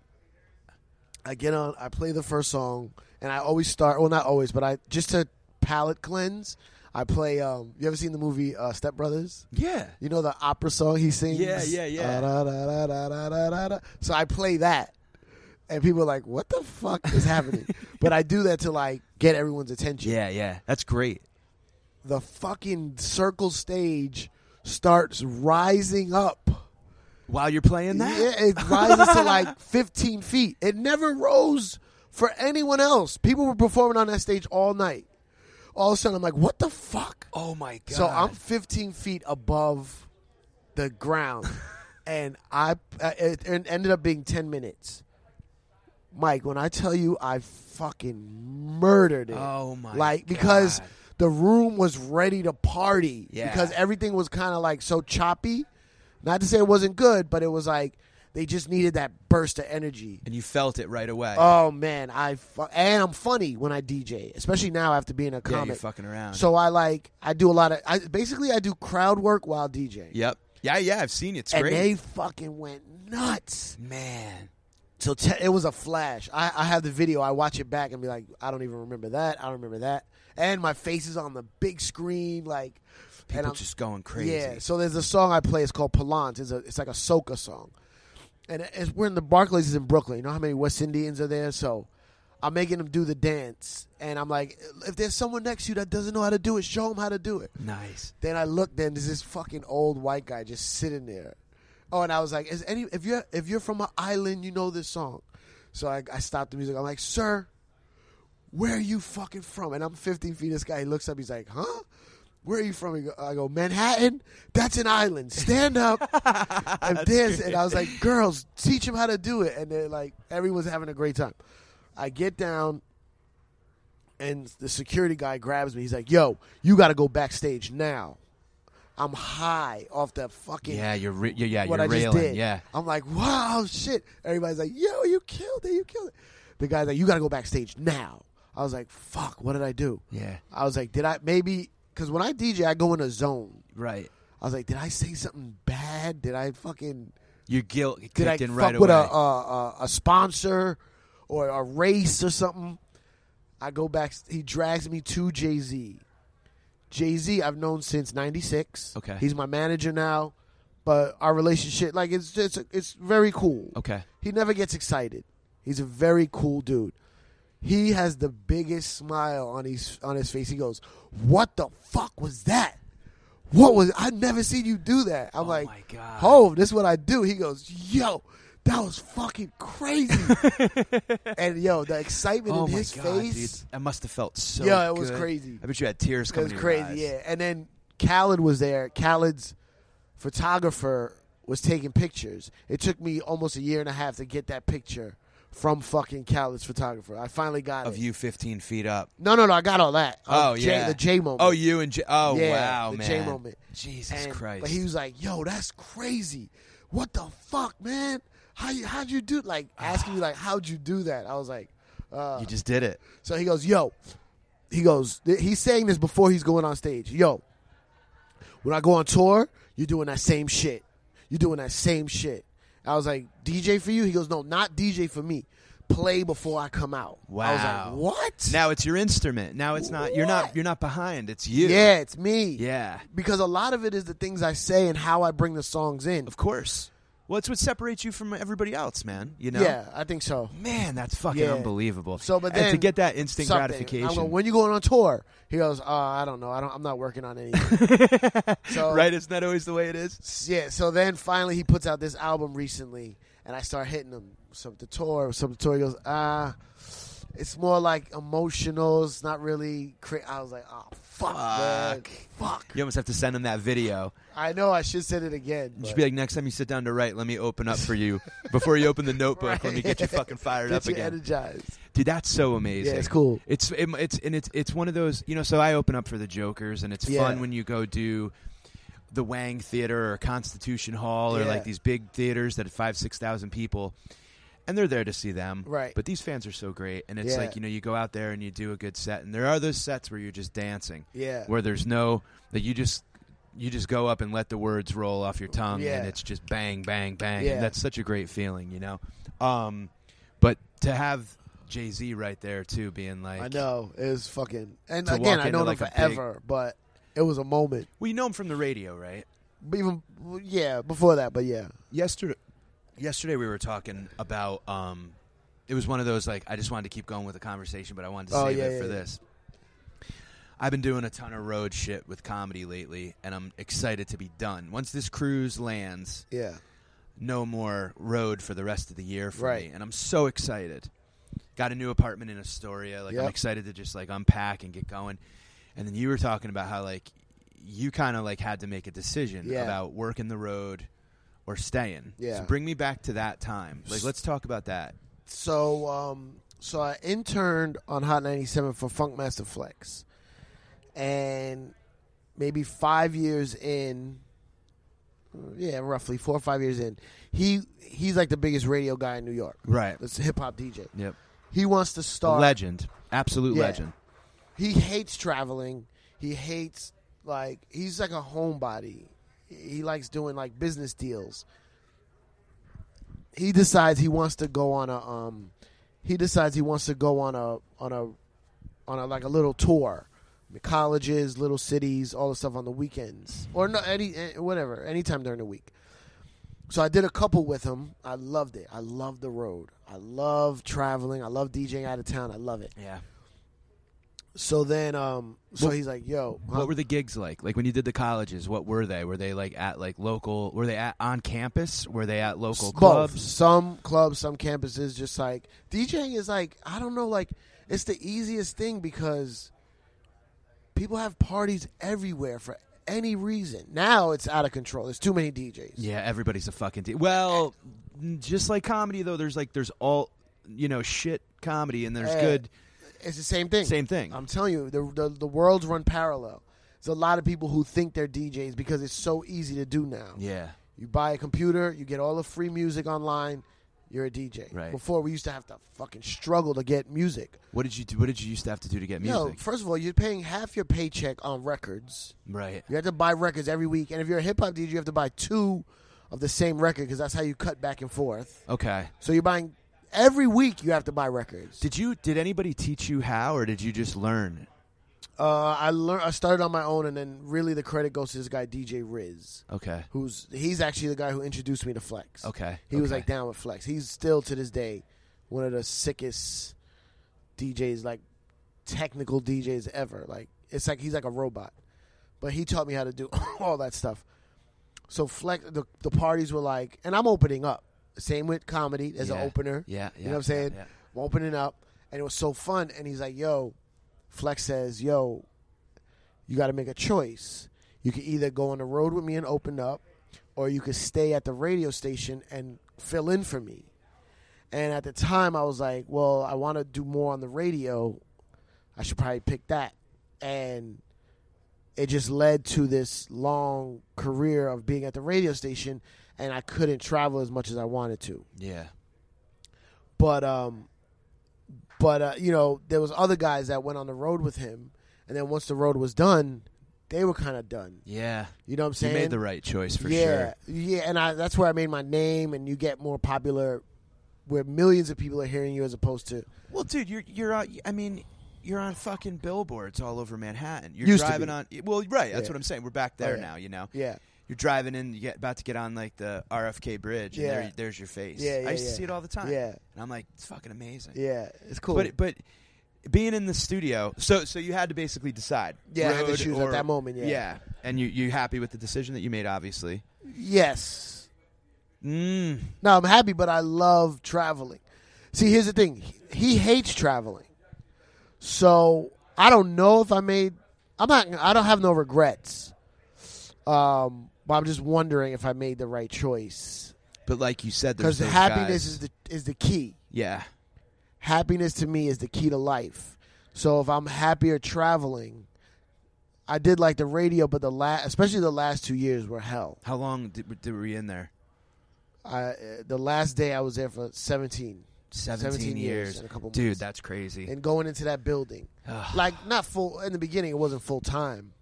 [SPEAKER 2] I get on. I play the first song, and I always start. Well, not always, but I just to palate cleanse. I play. Um, you ever seen the movie uh, Step Brothers?
[SPEAKER 1] Yeah.
[SPEAKER 2] You know the opera song he sings.
[SPEAKER 1] Yeah, yeah, yeah.
[SPEAKER 2] Da, da, da, da, da, da, da, da. So I play that, and people are like, "What the fuck is happening?" but I do that to like get everyone's attention
[SPEAKER 1] Yeah, yeah. That's great.
[SPEAKER 2] the fucking circle stage starts rising up.
[SPEAKER 1] While you're playing that?
[SPEAKER 2] Yeah, it rises to like 15 feet. It never rose for anyone else. People were performing on that stage all night. All of a sudden, I'm like, what the fuck?
[SPEAKER 1] Oh my god.
[SPEAKER 2] So I'm 15 feet above the ground, and I uh, it, it ended up being 10 minutes. Mike, when I tell you I fucking murdered it,
[SPEAKER 1] Oh my
[SPEAKER 2] Like because
[SPEAKER 1] God.
[SPEAKER 2] the room was ready to party
[SPEAKER 1] Yeah.
[SPEAKER 2] because everything was kind of like so choppy. Not to say it wasn't good, but it was like they just needed that burst of energy.
[SPEAKER 1] and you felt it right away.
[SPEAKER 2] Oh man, I fu- and I'm funny when I DJ, especially now after being a
[SPEAKER 1] yeah,
[SPEAKER 2] comic.
[SPEAKER 1] you're fucking around.
[SPEAKER 2] So I like I do a lot of I basically I do crowd work while DJing.
[SPEAKER 1] yep. Yeah, yeah. I've seen it. It's
[SPEAKER 2] And
[SPEAKER 1] great.
[SPEAKER 2] they fucking went nuts.
[SPEAKER 1] Man.
[SPEAKER 2] So te- it was a flash. I, I have the video. I watch it back and be like, I don't even remember that. I don't remember that. And my face is on the big screen, like and
[SPEAKER 1] People
[SPEAKER 2] I'm-
[SPEAKER 1] just going crazy.
[SPEAKER 2] Yeah. So there's a song I play. It's called Palance. It's a it's like a soca song, and it's, we're in the Barclays is in Brooklyn. You know how many West Indians are there? So I'm making them do the dance, and I'm like, if there's someone next to you that doesn't know how to do it, show them how to do it.
[SPEAKER 1] Nice.
[SPEAKER 2] Then I looked, then there's this fucking old white guy just sitting there. Oh, and I was like, "Is any if you're if you're from an island, you know this song." So I, I stopped the music. I'm like, "Sir, where are you fucking from?" And I'm 15 feet. This guy he looks up. He's like, "Huh? Where are you from?" He go, I go, "Manhattan. That's an island. Stand up and dance." And I was like, "Girls, teach him how to do it." And they're like, everyone's having a great time. I get down and the security guy grabs me. He's like, "Yo, you got to go backstage now." I'm high off that fucking
[SPEAKER 1] Yeah, you're re- yeah, yeah,
[SPEAKER 2] what
[SPEAKER 1] you're
[SPEAKER 2] I
[SPEAKER 1] railing.
[SPEAKER 2] just did.
[SPEAKER 1] Yeah.
[SPEAKER 2] I'm like, "Wow, shit!" Everybody's like, "Yo, you killed it! You killed it!" The guy's like, "You got to go backstage now." I was like, "Fuck, what did I do?"
[SPEAKER 1] Yeah.
[SPEAKER 2] I was like, "Did I maybe?" Because when I DJ, I go in a zone.
[SPEAKER 1] Right.
[SPEAKER 2] I was like, "Did I say something bad? Did I fucking?"
[SPEAKER 1] Your guilt kicked
[SPEAKER 2] did I
[SPEAKER 1] in
[SPEAKER 2] fuck
[SPEAKER 1] right
[SPEAKER 2] with a, uh,
[SPEAKER 1] away.
[SPEAKER 2] a, a a sponsor or a race or something? I go back. He drags me to Jay Z. Jay Z, I've known since '96.
[SPEAKER 1] Okay.
[SPEAKER 2] he's my manager now, but our relationship, like, it's it's it's very cool.
[SPEAKER 1] okay.
[SPEAKER 2] He never gets excited. He's a very cool dude. He has the biggest smile on his on his face. He goes, "What the fuck was that? What was? I've never seen you do that." I'm
[SPEAKER 1] Oh
[SPEAKER 2] like,
[SPEAKER 1] my God.
[SPEAKER 2] "Hove, Ah. this is what I do." He goes, "Yo, that was fucking crazy." and yo, the excitement
[SPEAKER 1] Oh
[SPEAKER 2] in
[SPEAKER 1] my
[SPEAKER 2] his
[SPEAKER 1] god,
[SPEAKER 2] face,
[SPEAKER 1] dude. That must have felt so
[SPEAKER 2] Yeah, it was
[SPEAKER 1] good.
[SPEAKER 2] crazy.
[SPEAKER 1] I bet you had tears
[SPEAKER 2] it
[SPEAKER 1] coming
[SPEAKER 2] was
[SPEAKER 1] to your
[SPEAKER 2] crazy.
[SPEAKER 1] eyes.
[SPEAKER 2] Yeah, and then Khaled was there. Khaled's photographer was taking pictures. It took me almost a year and a half to get that picture from fucking Khaled's photographer. I finally got
[SPEAKER 1] Of
[SPEAKER 2] it.
[SPEAKER 1] you 15 feet up.
[SPEAKER 2] No, no, no. I got all that.
[SPEAKER 1] Oh,
[SPEAKER 2] Of J-
[SPEAKER 1] yeah.
[SPEAKER 2] the J moment.
[SPEAKER 1] Oh, you and J- Oh,
[SPEAKER 2] Yeah,
[SPEAKER 1] wow,
[SPEAKER 2] the
[SPEAKER 1] man.
[SPEAKER 2] J moment.
[SPEAKER 1] Jesus
[SPEAKER 2] And-
[SPEAKER 1] Christ.
[SPEAKER 2] But he was like, "Yo, that's crazy. What the fuck, man? How you how'd you do like asking me like how'd you do that?" I was like, uh,
[SPEAKER 1] you just did it.
[SPEAKER 2] so he goes, "Yo," he goes. th- He's saying this before he's going on stage. Yo, when I go on tour, you're doing that same shit. You're doing that same shit. I was like, DJ for you? He goes, no, not DJ for me. Play before I come out. I was
[SPEAKER 1] Wow.
[SPEAKER 2] like, what?
[SPEAKER 1] Now it's your instrument. Now it's not you're not
[SPEAKER 2] What?
[SPEAKER 1] you're not behind. It's you.
[SPEAKER 2] yeah, it's me.
[SPEAKER 1] Yeah.
[SPEAKER 2] because a lot of it is the things I say and how I bring the songs in.
[SPEAKER 1] Of course. Well, it's what separates you from everybody else, man. You know?
[SPEAKER 2] Yeah, I think so.
[SPEAKER 1] Man, that's fucking
[SPEAKER 2] Yeah.
[SPEAKER 1] unbelievable.
[SPEAKER 2] So, but
[SPEAKER 1] And
[SPEAKER 2] then
[SPEAKER 1] to get that instant
[SPEAKER 2] something.
[SPEAKER 1] gratification,
[SPEAKER 2] I'm going, when you going on tour? He goes, uh, I don't know. I don't. I'm not working on anything. so,
[SPEAKER 1] right? Isn't that always the way it is?
[SPEAKER 2] Yeah. So then finally he puts out this album recently, and I start hitting him some the tour. Some the tour he goes, ah, it's more like emotional. It's not really. Cra-. I was like, oh fuck, man.
[SPEAKER 1] Fuck.
[SPEAKER 2] fuck.
[SPEAKER 1] You almost have to send them that video.
[SPEAKER 2] I know I should said it again.
[SPEAKER 1] You
[SPEAKER 2] but-
[SPEAKER 1] should be like, next time you sit down to write, let me open up for you. Before you open the notebook, let me get you fucking fired
[SPEAKER 2] Get
[SPEAKER 1] up
[SPEAKER 2] you
[SPEAKER 1] again.
[SPEAKER 2] energized.
[SPEAKER 1] Dude, that's so amazing.
[SPEAKER 2] Yeah, it's cool.
[SPEAKER 1] It's it, it's and it's it's one of those you know. So I open up for the Jokers, and it's
[SPEAKER 2] Yeah.
[SPEAKER 1] fun when you go do the Wang Theater or Constitution Hall or
[SPEAKER 2] Yeah.
[SPEAKER 1] like these big theaters that had five six thousand people. and they're there to see them.
[SPEAKER 2] Right.
[SPEAKER 1] But these fans are so great, and it's
[SPEAKER 2] Yeah.
[SPEAKER 1] like you know you go out there and you do a good set, and there are those sets where you're just dancing,
[SPEAKER 2] Yeah.
[SPEAKER 1] where there's no that you just you just go up and let the words roll off your tongue,
[SPEAKER 2] Yeah.
[SPEAKER 1] and it's just bang, bang, bang.
[SPEAKER 2] Yeah.
[SPEAKER 1] And that's such a great feeling, you know. Um, but to have Jay Z right there too, being like,
[SPEAKER 2] I know it was fucking. And
[SPEAKER 1] To
[SPEAKER 2] again,
[SPEAKER 1] walk
[SPEAKER 2] I
[SPEAKER 1] into,
[SPEAKER 2] know them
[SPEAKER 1] like, a big-
[SPEAKER 2] forever, but it was a moment.
[SPEAKER 1] well, you know him from the radio, right?
[SPEAKER 2] But even yeah, before that, but yeah,
[SPEAKER 1] yesterday yesterday we were talking about um it was one of those like I just wanted to keep going with the conversation but I wanted to
[SPEAKER 2] Oh,
[SPEAKER 1] save
[SPEAKER 2] yeah,
[SPEAKER 1] it
[SPEAKER 2] yeah,
[SPEAKER 1] for
[SPEAKER 2] yeah.
[SPEAKER 1] this. I've been doing a ton of road shit with comedy lately and I'm excited to be done. Once this cruise lands,
[SPEAKER 2] yeah,
[SPEAKER 1] no more road for the rest of the year for
[SPEAKER 2] Right.
[SPEAKER 1] me and I'm so excited. Got a new apartment in Astoria, like I'm
[SPEAKER 2] Yep.
[SPEAKER 1] excited to just like unpack and get going. And then you were talking about how like you kind of like had to make a decision
[SPEAKER 2] Yeah.
[SPEAKER 1] about working the road or staying.
[SPEAKER 2] Yeah.
[SPEAKER 1] So bring me back to that time. Like let's talk about that.
[SPEAKER 2] so um so I interned on Hot 97 for Funkmaster Flex. And maybe 5 years in yeah, roughly 4 or 5 years in, he he's like the biggest radio guy in New York.
[SPEAKER 1] Right.
[SPEAKER 2] That's a hip hop DJ.
[SPEAKER 1] Yep.
[SPEAKER 2] He wants to start
[SPEAKER 1] Legend. Absolute
[SPEAKER 2] Yeah.
[SPEAKER 1] legend.
[SPEAKER 2] he hates traveling. He hates like he's like a homebody. He likes doing like business deals. He decides he wants to go on a um he decides he wants to go on a on a on a like a little tour. Colleges, little cities, all the stuff on the weekends or no any eh, whatever, anytime during the week. So I did a couple with him. I loved it. I love the road. I love traveling. I love DJing out of town. I love it.
[SPEAKER 1] Yeah.
[SPEAKER 2] So then, um, so
[SPEAKER 1] What-
[SPEAKER 2] he's like, "Yo, huh?
[SPEAKER 1] What were the gigs like? Like when you did the colleges, what were they? Were they like at like local were they at on campus? Were they at local
[SPEAKER 2] both.
[SPEAKER 1] clubs?
[SPEAKER 2] Some clubs, some campuses, just like DJing is like I don't know, like it's the easiest thing because people have parties everywhere for any reason. Now it's out of control. There's too many DJs.
[SPEAKER 1] Yeah, everybody's a fucking. D- well, just like comedy though, there's like there's all you know shit comedy and there's
[SPEAKER 2] Eh,
[SPEAKER 1] good.
[SPEAKER 2] It's the same thing.
[SPEAKER 1] Same thing.
[SPEAKER 2] I'm telling you, the, the the worlds run parallel. There's a lot of people who think they're DJs because it's so easy to do now.
[SPEAKER 1] Yeah,
[SPEAKER 2] You buy a computer, you get all the free music online, you're a DJ.
[SPEAKER 1] Right.
[SPEAKER 2] Before we used to have to fucking struggle to get music.
[SPEAKER 1] what did you do? What did you used to have to do to get
[SPEAKER 2] No,
[SPEAKER 1] music?
[SPEAKER 2] first of all, you're paying half your paycheck on records.
[SPEAKER 1] right.
[SPEAKER 2] You have to buy records every week, and if you're a hip hop DJ, you have to buy two of the same record because that's how you cut back and forth.
[SPEAKER 1] Okay.
[SPEAKER 2] So you're buying every week. You have to buy records.
[SPEAKER 1] Did you? Did anybody teach you how, or did you just learn?
[SPEAKER 2] Uh, I learned. I started on my own, and then really the credit goes to this guy DJ Riz,
[SPEAKER 1] Okay.
[SPEAKER 2] who's he's actually the guy who introduced me to Flex.
[SPEAKER 1] Okay.
[SPEAKER 2] He was
[SPEAKER 1] okay.
[SPEAKER 2] like down with Flex. He's still to this day one of the sickest DJs, like technical DJs ever. Like it's like he's like a robot. But he taught me how to do all that stuff. So Flex the the parties were like and I'm opening up. Same with comedy as
[SPEAKER 1] Yeah.
[SPEAKER 2] an opener.
[SPEAKER 1] Yeah, yeah,
[SPEAKER 2] You know what I'm saying?
[SPEAKER 1] yeah, yeah.
[SPEAKER 2] I'm opening up and it was so fun and he's like, Yo, Flex says, Yo, you gotta make a choice. You can either go on the road with me and open up, or you could stay at the radio station and fill in for me. And at the time, I was like, well, I want to do more on the radio. I should probably pick that. And it just led to this long career of being at the radio station, and I couldn't travel as much as I wanted to.
[SPEAKER 1] Yeah.
[SPEAKER 2] But um, but uh, you know, there was other guys that went on the road with him, and then once the road was done, they were kind of done.
[SPEAKER 1] Yeah.
[SPEAKER 2] You know what I'm
[SPEAKER 1] You
[SPEAKER 2] saying?
[SPEAKER 1] made the right choice for
[SPEAKER 2] yeah,
[SPEAKER 1] sure.
[SPEAKER 2] Yeah, and I, that's where I made my name, and you get more popular where millions of people are hearing you as opposed to
[SPEAKER 1] Well, dude, you're you're out. I mean. You're on fucking billboards all over Manhattan. You're
[SPEAKER 2] Used to
[SPEAKER 1] driving
[SPEAKER 2] be.
[SPEAKER 1] on. Well, right. That's
[SPEAKER 2] Yeah.
[SPEAKER 1] what I'm saying. We're back there
[SPEAKER 2] yeah.
[SPEAKER 1] now. You know.
[SPEAKER 2] yeah.
[SPEAKER 1] You're driving in. You get about to get on like the RFK bridge. And
[SPEAKER 2] Yeah.
[SPEAKER 1] there, there's your face.
[SPEAKER 2] Yeah, yeah,
[SPEAKER 1] I used
[SPEAKER 2] yeah.
[SPEAKER 1] to see it all the time.
[SPEAKER 2] Yeah.
[SPEAKER 1] And I'm like, it's fucking amazing.
[SPEAKER 2] Yeah, it's cool.
[SPEAKER 1] But but being in the studio, so so you had to basically decide.
[SPEAKER 2] Yeah, I had to
[SPEAKER 1] road
[SPEAKER 2] choose at
[SPEAKER 1] or-
[SPEAKER 2] that moment, yeah.
[SPEAKER 1] and you you happy with the decision that you made? Obviously.
[SPEAKER 2] yes,
[SPEAKER 1] Mm.
[SPEAKER 2] no, I'm happy, but I love traveling. See, here's the thing: he, he hates traveling, so I don't know if I made. I'm not. I don't have no regrets. Um, but I'm just wondering if I made the right choice
[SPEAKER 1] But like you said,
[SPEAKER 2] because
[SPEAKER 1] there's those
[SPEAKER 2] happiness
[SPEAKER 1] guys-
[SPEAKER 2] is the is the key.
[SPEAKER 1] yeah,
[SPEAKER 2] happiness to me is the key to life. So if I'm happier traveling, I did like the radio, but the last, especially the last two years, were hell.
[SPEAKER 1] how long did, did were you in there?
[SPEAKER 2] I, uh, the last day I was there for 17.
[SPEAKER 1] 17,
[SPEAKER 2] 17 years
[SPEAKER 1] years.
[SPEAKER 2] and a couple
[SPEAKER 1] Dude,
[SPEAKER 2] months.
[SPEAKER 1] that's crazy.
[SPEAKER 2] And going into that building, like not full in the beginning, it wasn't full time,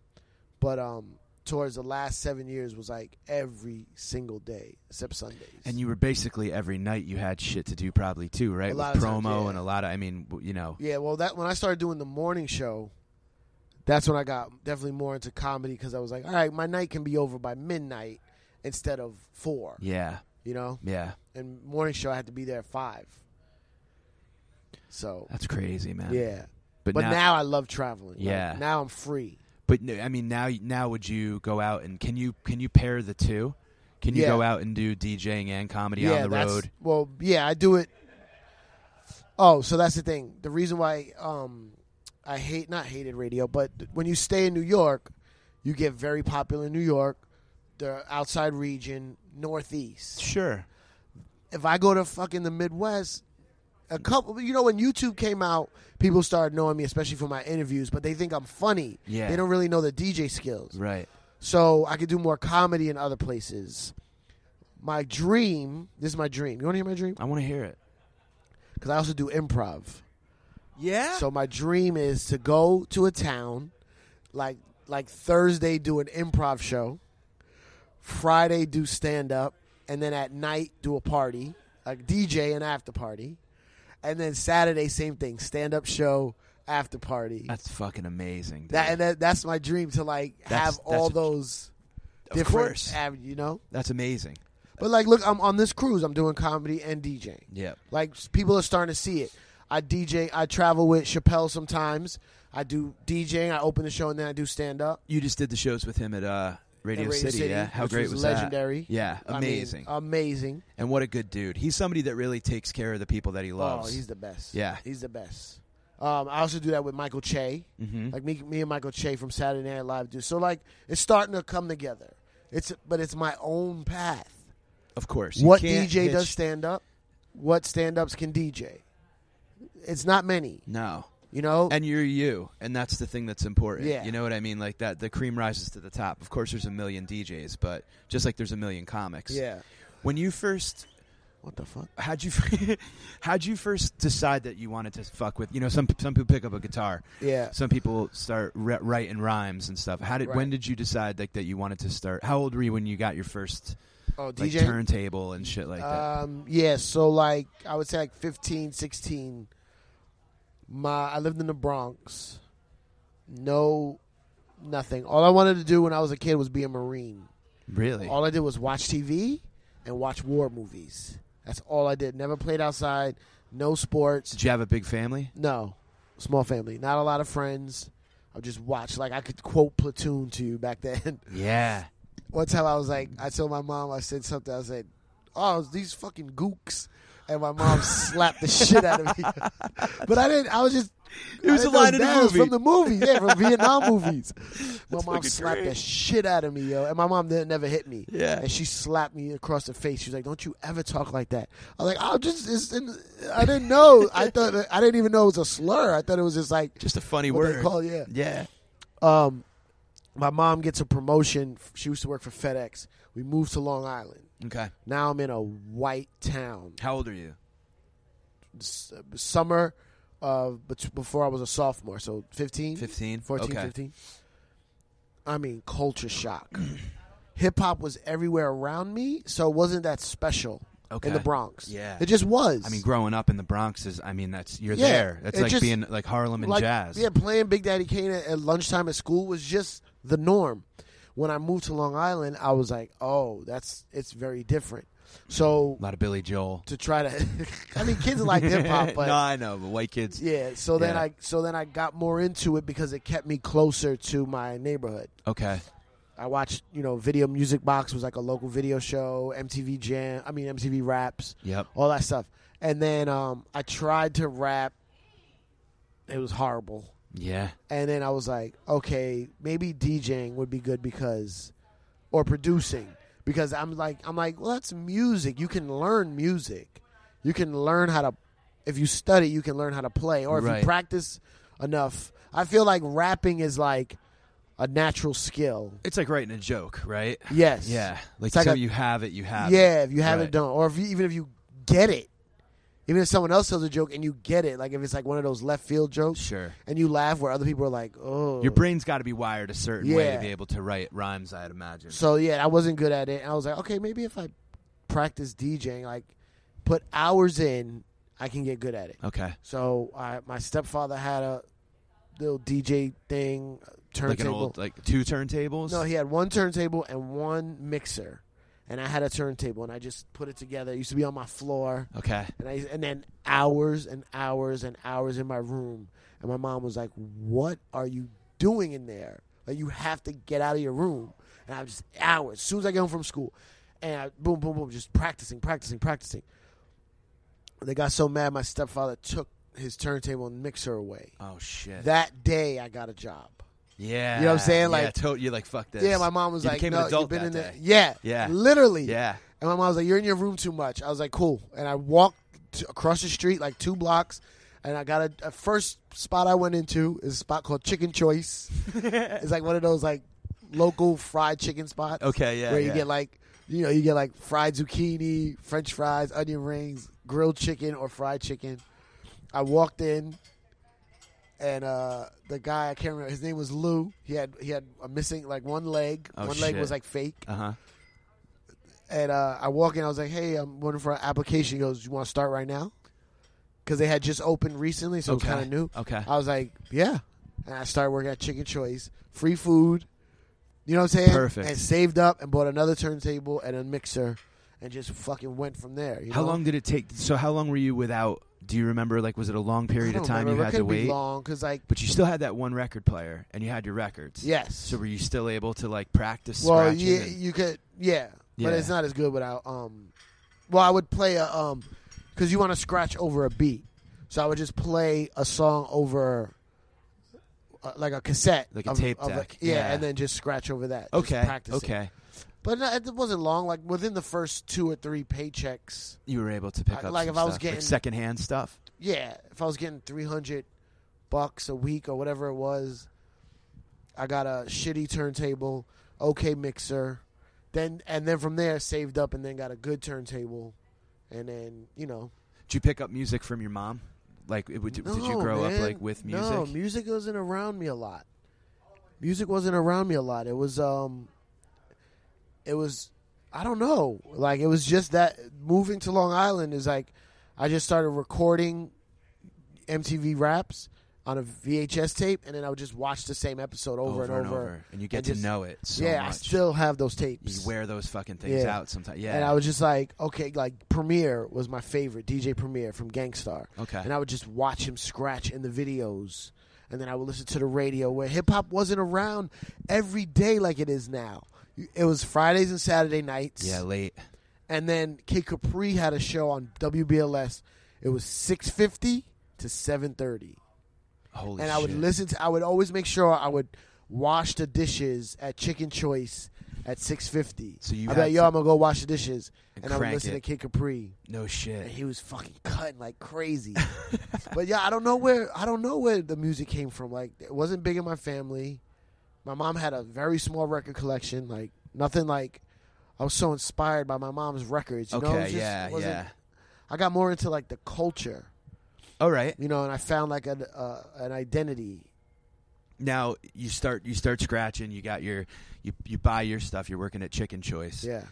[SPEAKER 2] but um, towards the last seven years was like every single day except Sundays.
[SPEAKER 1] And you were basically every night you had shit to do, probably too, right?
[SPEAKER 2] A
[SPEAKER 1] With
[SPEAKER 2] lot of
[SPEAKER 1] promo
[SPEAKER 2] times, yeah.
[SPEAKER 1] and a lot of, I mean, w- you know,
[SPEAKER 2] Yeah, well, that when I started doing the morning show, that's when I got definitely more into comedy because I was like, all right, my night can be over by midnight instead of four,
[SPEAKER 1] yeah,
[SPEAKER 2] you know.
[SPEAKER 1] yeah,
[SPEAKER 2] And morning show, I had to be there at five. So
[SPEAKER 1] that's crazy, man.
[SPEAKER 2] yeah,
[SPEAKER 1] but,
[SPEAKER 2] but
[SPEAKER 1] now,
[SPEAKER 2] now, I love traveling. Like,
[SPEAKER 1] Yeah.
[SPEAKER 2] now I'm free.
[SPEAKER 1] but n- I mean, now, now would you go out and can you can you pair the two? Can you
[SPEAKER 2] Yeah.
[SPEAKER 1] go out and do DJing and comedy on the
[SPEAKER 2] that's-
[SPEAKER 1] road?
[SPEAKER 2] Well, yeah, I do it. Oh, so that's the thing. The reason why um, I hate not hated radio, but when you stay in New York, you get very popular in New York, the outside region, Northeast.
[SPEAKER 1] Sure.
[SPEAKER 2] If I go to fucking the Midwest, a couple, you know, when YouTube came out, people started knowing me, especially for my interviews, but they think I'm funny.
[SPEAKER 1] Yeah.
[SPEAKER 2] They don't really know the DJ skills.
[SPEAKER 1] Right.
[SPEAKER 2] So I could do more comedy in other places. My dream, this is my dream. You want to hear my dream?
[SPEAKER 1] I want to hear it.
[SPEAKER 2] because I also do improv.
[SPEAKER 1] Yeah.
[SPEAKER 2] So my dream is to go to a town, like like Thursday do an improv show, Friday do stand up, and then at night do a party, like DJ and after party, and then Saturday same thing, stand up show, after party.
[SPEAKER 1] that's fucking amazing. dude.
[SPEAKER 2] That and that, that's my dream to like
[SPEAKER 1] That's-
[SPEAKER 2] have
[SPEAKER 1] that's
[SPEAKER 2] all
[SPEAKER 1] a-
[SPEAKER 2] those
[SPEAKER 1] Of
[SPEAKER 2] different
[SPEAKER 1] course.
[SPEAKER 2] avenues, you know.
[SPEAKER 1] that's amazing.
[SPEAKER 2] But like, look, I'm on this cruise. I'm doing comedy and DJing.
[SPEAKER 1] Yeah.
[SPEAKER 2] Like s- people are starting to see it. I DJ. I travel with Chappelle sometimes. I do DJing. I open the show and then I do stand up.
[SPEAKER 1] You just did the shows with him at uh, Radio,
[SPEAKER 2] Radio
[SPEAKER 1] City,
[SPEAKER 2] City,
[SPEAKER 1] Yeah. How
[SPEAKER 2] which
[SPEAKER 1] great
[SPEAKER 2] was
[SPEAKER 1] was,
[SPEAKER 2] legendary.
[SPEAKER 1] that? Yeah.
[SPEAKER 2] I mean, uh,
[SPEAKER 1] Amazing.
[SPEAKER 2] amazing.
[SPEAKER 1] and what a good dude. He's somebody that really takes care of the people that he
[SPEAKER 2] Oh,
[SPEAKER 1] loves.
[SPEAKER 2] he's the best.
[SPEAKER 1] Yeah.
[SPEAKER 2] he's the best. Um, I also do that with Michael Che.
[SPEAKER 1] Mhm.
[SPEAKER 2] Like me, me and Michael Che from Saturday Night Live do. So like, it's starting to come together. It's but it's my own path.
[SPEAKER 1] of course. You
[SPEAKER 2] What
[SPEAKER 1] can't
[SPEAKER 2] DJ
[SPEAKER 1] hitch-
[SPEAKER 2] does stand up? What stand ups can DJ? It's not many.
[SPEAKER 1] No.
[SPEAKER 2] You know,
[SPEAKER 1] And you're you, and that's the thing that's important.
[SPEAKER 2] Yeah.
[SPEAKER 1] You know what I mean? Like that, the cream rises to the top. Of course, there's a million DJs, but just like there's a million comics.
[SPEAKER 2] yeah.
[SPEAKER 1] When you first
[SPEAKER 2] What the fuck?
[SPEAKER 1] how'd you how'd you first decide that you wanted to fuck with you know some some people pick up a guitar
[SPEAKER 2] Yeah.
[SPEAKER 1] some people start ri- writing rhymes and stuff how did
[SPEAKER 2] Right.
[SPEAKER 1] when did you decide like that you wanted to start how old were you when you got your first
[SPEAKER 2] Oh,
[SPEAKER 1] like
[SPEAKER 2] DJ.
[SPEAKER 1] turntable and shit like that
[SPEAKER 2] um, yeah. So like, I would say like 15, 16. My, I lived in the Bronx. No, nothing. All I wanted to do when I was a kid was be a Marine.
[SPEAKER 1] really
[SPEAKER 2] All I did was watch TV and watch war movies. That's all I did. Never played outside. No sports.
[SPEAKER 1] did you have a big family
[SPEAKER 2] No, small family. Not a lot of friends. I just watched. Like I could quote Platoon to you back then.
[SPEAKER 1] yeah
[SPEAKER 2] One time I was like, I told my mom, I said something. I said, "Oh, it's these fucking gooks," and my mom slapped the shit out of me. but I didn't. I was just.
[SPEAKER 1] It was
[SPEAKER 2] I
[SPEAKER 1] a
[SPEAKER 2] didn't
[SPEAKER 1] line
[SPEAKER 2] know
[SPEAKER 1] in the
[SPEAKER 2] that was
[SPEAKER 1] movie.
[SPEAKER 2] from the movies, yeah, from Vietnam movies. My mom
[SPEAKER 1] fucking
[SPEAKER 2] slapped
[SPEAKER 1] great.
[SPEAKER 2] the shit out of me, yo, and my mom didn't never hit me.
[SPEAKER 1] Yeah.
[SPEAKER 2] and she slapped me across the face. She was like, "Don't you ever talk like that." I was like, "I'll just." It's in, I didn't know. I thought I didn't even know it was a slur. I thought it was just like
[SPEAKER 1] just a funny
[SPEAKER 2] what
[SPEAKER 1] word
[SPEAKER 2] they call yeah
[SPEAKER 1] yeah
[SPEAKER 2] um, my mom gets a promotion. She used to work for FedEx. We moved to Long Island.
[SPEAKER 1] okay
[SPEAKER 2] Now I'm in a white town.
[SPEAKER 1] how old are you
[SPEAKER 2] S- summer, uh, bet- before I was a sophomore, so 15,
[SPEAKER 1] 15
[SPEAKER 2] 14,
[SPEAKER 1] okay
[SPEAKER 2] 15. I mean, culture shock. Hip hop was everywhere around me, so it wasn't that special
[SPEAKER 1] Okay.
[SPEAKER 2] in the Bronx.
[SPEAKER 1] Yeah.
[SPEAKER 2] it just was.
[SPEAKER 1] I mean, growing up in the Bronx is, I mean, that's, you're
[SPEAKER 2] Yeah,
[SPEAKER 1] there. That's
[SPEAKER 2] it
[SPEAKER 1] like
[SPEAKER 2] just-
[SPEAKER 1] being like Harlem and
[SPEAKER 2] like,
[SPEAKER 1] jazz.
[SPEAKER 2] Yeah, playing Big Daddy Kane at, at lunchtime at school was just the norm. When I moved to Long Island, I was like, oh, that's it's very different. So
[SPEAKER 1] A lot of Billy Joel.
[SPEAKER 2] to try to, I mean, kids like hip hop, but
[SPEAKER 1] no, I know, but white kids.
[SPEAKER 2] yeah. So then
[SPEAKER 1] Yeah.
[SPEAKER 2] I so then I got more into it because it kept me closer to my neighborhood.
[SPEAKER 1] Okay.
[SPEAKER 2] I watched, you know, Video Music Box was like a local video show, MTV Jam, I mean MTV Raps,
[SPEAKER 1] Yep.
[SPEAKER 2] all that stuff. And then um, I tried to rap. It was horrible.
[SPEAKER 1] Yeah.
[SPEAKER 2] And then I was like, okay, maybe DJing would be good because, or producing because I'm like, I'm like, well, that's music. You can learn music. You can learn how to, if you study, you can learn how to play, or if
[SPEAKER 1] Right.
[SPEAKER 2] you practice enough. I feel like rapping is like a natural skill.
[SPEAKER 1] It's like writing a joke, right?
[SPEAKER 2] Yes.
[SPEAKER 1] Yeah. Like,
[SPEAKER 2] It's like
[SPEAKER 1] so
[SPEAKER 2] a-
[SPEAKER 1] you have it, you have it.
[SPEAKER 2] Yeah, if you haven't
[SPEAKER 1] Right.
[SPEAKER 2] done, or if you, even if you get it, even if someone else tells a joke and you get it, like if it's like one of those left field jokes,
[SPEAKER 1] Sure.
[SPEAKER 2] and you laugh where other people are like, oh,
[SPEAKER 1] Your brain's got to be wired a certain way to
[SPEAKER 2] Yeah.
[SPEAKER 1] be able to write rhymes, I'd imagine.
[SPEAKER 2] So yeah, I wasn't good at it. I was like, okay, maybe if I practice DJing, like put hours in, I can get good at it.
[SPEAKER 1] okay.
[SPEAKER 2] So I, my stepfather had a little DJ thing, uh,
[SPEAKER 1] Like an
[SPEAKER 2] turntable.
[SPEAKER 1] old, like two turntables?
[SPEAKER 2] No, he had one turntable and one mixer, and I had a turntable, and I just put it together. It used to be on my floor,
[SPEAKER 1] Okay.
[SPEAKER 2] and I and then hours and hours and hours in my room, and my mom was like, "What are you doing in there? Like you have to get out of your room." And I was just hours. As soon as I get home from school, and I, boom, boom, boom, just practicing, practicing, practicing. They got so mad, my stepfather took his turntable and mixer away.
[SPEAKER 1] Oh, shit.
[SPEAKER 2] That day, I got a job.
[SPEAKER 1] yeah.
[SPEAKER 2] You know what I'm saying?
[SPEAKER 1] yeah,
[SPEAKER 2] Like-
[SPEAKER 1] to- you're like, fuck this.
[SPEAKER 2] Yeah, my mom was
[SPEAKER 1] You
[SPEAKER 2] like,
[SPEAKER 1] became an
[SPEAKER 2] "No,
[SPEAKER 1] adult
[SPEAKER 2] you've been
[SPEAKER 1] that
[SPEAKER 2] in there."
[SPEAKER 1] day.
[SPEAKER 2] Yeah,
[SPEAKER 1] Yeah.
[SPEAKER 2] literally.
[SPEAKER 1] Yeah.
[SPEAKER 2] And my mom was like, "You're in your room too much." I was like, "Cool." And I walked t- across the street like two blocks, and I got a, a first spot I went into is a spot called Chicken Choice. it's like one of those like local fried chicken spots.
[SPEAKER 1] Okay, Oh, yeah,
[SPEAKER 2] Where you
[SPEAKER 1] yeah.
[SPEAKER 2] get like you know you get like fried zucchini, French fries, onion rings, grilled chicken, or fried chicken. I walked in and uh, the guy I can't remember his name was Lou. He had he had a missing like one leg.
[SPEAKER 1] Oh,
[SPEAKER 2] One leg
[SPEAKER 1] shit.
[SPEAKER 2] was like fake.
[SPEAKER 1] Uh huh.
[SPEAKER 2] And uh, I walk in, I was like, "Hey, I'm waiting for an application." He goes, "You want to start right now?" Because they had just opened recently, so
[SPEAKER 1] Okay.
[SPEAKER 2] it was kind of new.
[SPEAKER 1] Okay.
[SPEAKER 2] I was like, "Yeah," and I started working at Chicken Choice, free food. You know what I'm saying?
[SPEAKER 1] Perfect.
[SPEAKER 2] And saved up and bought another turntable and a mixer, and just fucking went from there. you
[SPEAKER 1] How
[SPEAKER 2] know?
[SPEAKER 1] long did it take? So how long were you without? Do you remember? Like, was it a long
[SPEAKER 2] I
[SPEAKER 1] period of
[SPEAKER 2] don't
[SPEAKER 1] time you
[SPEAKER 2] remember. It
[SPEAKER 1] had to
[SPEAKER 2] couldn't be
[SPEAKER 1] wait?
[SPEAKER 2] long because like
[SPEAKER 1] But you still had that one record player, and you had your records.
[SPEAKER 2] yes.
[SPEAKER 1] So were you still able to like practice?
[SPEAKER 2] Well,
[SPEAKER 1] scratching
[SPEAKER 2] yeah,
[SPEAKER 1] and-
[SPEAKER 2] you could, yeah,
[SPEAKER 1] Yeah.
[SPEAKER 2] but it's not as good without. Um, well, I would play a um, because you want to scratch over a beat, so I would just play a song over, uh, like a cassette,
[SPEAKER 1] Like a
[SPEAKER 2] of-
[SPEAKER 1] tape
[SPEAKER 2] of
[SPEAKER 1] deck,
[SPEAKER 2] yeah,
[SPEAKER 1] yeah.
[SPEAKER 2] and then just scratch over that. just
[SPEAKER 1] okay.
[SPEAKER 2] practice it.
[SPEAKER 1] Okay.
[SPEAKER 2] But no, it wasn't long. Like within the first two or three paychecks,
[SPEAKER 1] You were able to pick
[SPEAKER 2] I-
[SPEAKER 1] up
[SPEAKER 2] like,
[SPEAKER 1] some
[SPEAKER 2] if I was
[SPEAKER 1] stuff,
[SPEAKER 2] getting-
[SPEAKER 1] like secondhand stuff.
[SPEAKER 2] yeah, if I was getting three hundred bucks a week or whatever it was, I got a shitty turntable, okay mixer, then and then from there saved up and then got a good turntable, and then you know.
[SPEAKER 1] Did you pick up music from your mom? Like, it, would- did, you
[SPEAKER 2] No,
[SPEAKER 1] grow up
[SPEAKER 2] man.
[SPEAKER 1] like with music?
[SPEAKER 2] No, music wasn't around me a lot. Music wasn't around me a lot. It was um, it was I don't know. Like it was just that moving to Long Island is like I just started recording MTV raps on a VHS tape, and then I would just watch the same episode over, and, over.
[SPEAKER 1] and you get
[SPEAKER 2] and
[SPEAKER 1] to
[SPEAKER 2] just-
[SPEAKER 1] know it so
[SPEAKER 2] yeah,
[SPEAKER 1] much.
[SPEAKER 2] I still have those
[SPEAKER 1] you
[SPEAKER 2] tapes.
[SPEAKER 1] wear those fucking things
[SPEAKER 2] Yeah.
[SPEAKER 1] out sometimes. Yeah.
[SPEAKER 2] And I was just like, okay, like Premier was my favorite DJ Premier from Gangstar.
[SPEAKER 1] Okay.
[SPEAKER 2] and I would just watch him scratch in the videos, and then I would listen to the radio where hip hop wasn't around every day like it is now. You- It was Fridays and Saturday nights.
[SPEAKER 1] yeah. Late.
[SPEAKER 2] and then Kid Capri had a show on WBLS. It was six fifty to seven thirty,
[SPEAKER 1] Holy.
[SPEAKER 2] and I would
[SPEAKER 1] shit.
[SPEAKER 2] listen to. I would always make sure I would wash the dishes at Chicken Choice at six fifty.
[SPEAKER 1] So you
[SPEAKER 2] I
[SPEAKER 1] had
[SPEAKER 2] bet yo,
[SPEAKER 1] to-
[SPEAKER 2] I'm gonna go wash the dishes,
[SPEAKER 1] And
[SPEAKER 2] and, I would
[SPEAKER 1] crank
[SPEAKER 2] listen
[SPEAKER 1] it.
[SPEAKER 2] to Kid Capri
[SPEAKER 1] No shit.
[SPEAKER 2] and he was fucking cutting like crazy. but yeah, I don't know where I don't know where the music came from. Like it wasn't big in my family. My mom had a very small record collection. Like nothing like I was so inspired by my mom's records. You
[SPEAKER 1] okay.
[SPEAKER 2] know? It was just-
[SPEAKER 1] yeah.
[SPEAKER 2] it wasn't-
[SPEAKER 1] Yeah.
[SPEAKER 2] I got more into like the culture,
[SPEAKER 1] All right.
[SPEAKER 2] you know, and I found like an uh, an identity.
[SPEAKER 1] now you start you start scratching you got your you, you buy your stuff you're working at chicken choice
[SPEAKER 2] Yeah.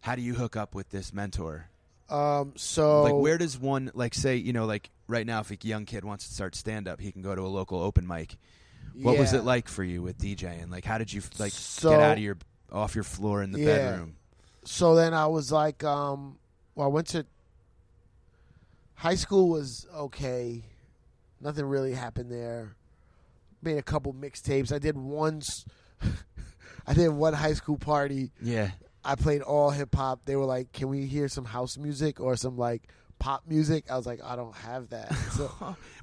[SPEAKER 1] how do you hook up with this mentor
[SPEAKER 2] Um. So
[SPEAKER 1] like where does one like say you know like right now if a young kid wants to start stand up he can go to a local open mic what was
[SPEAKER 2] yeah.
[SPEAKER 1] it like for you with djing like how did you like
[SPEAKER 2] So-
[SPEAKER 1] get out of your off your floor in the
[SPEAKER 2] Yeah.
[SPEAKER 1] bedroom
[SPEAKER 2] so then I was like, um, well, I went to high school was okay. Nothing really happened there. Made a couple mixtapes. I did one. s- I did one high school party.
[SPEAKER 1] yeah
[SPEAKER 2] I played all hip hop. They were like, "Can we hear some house music or some like pop music?" I was like, "I don't have that." So,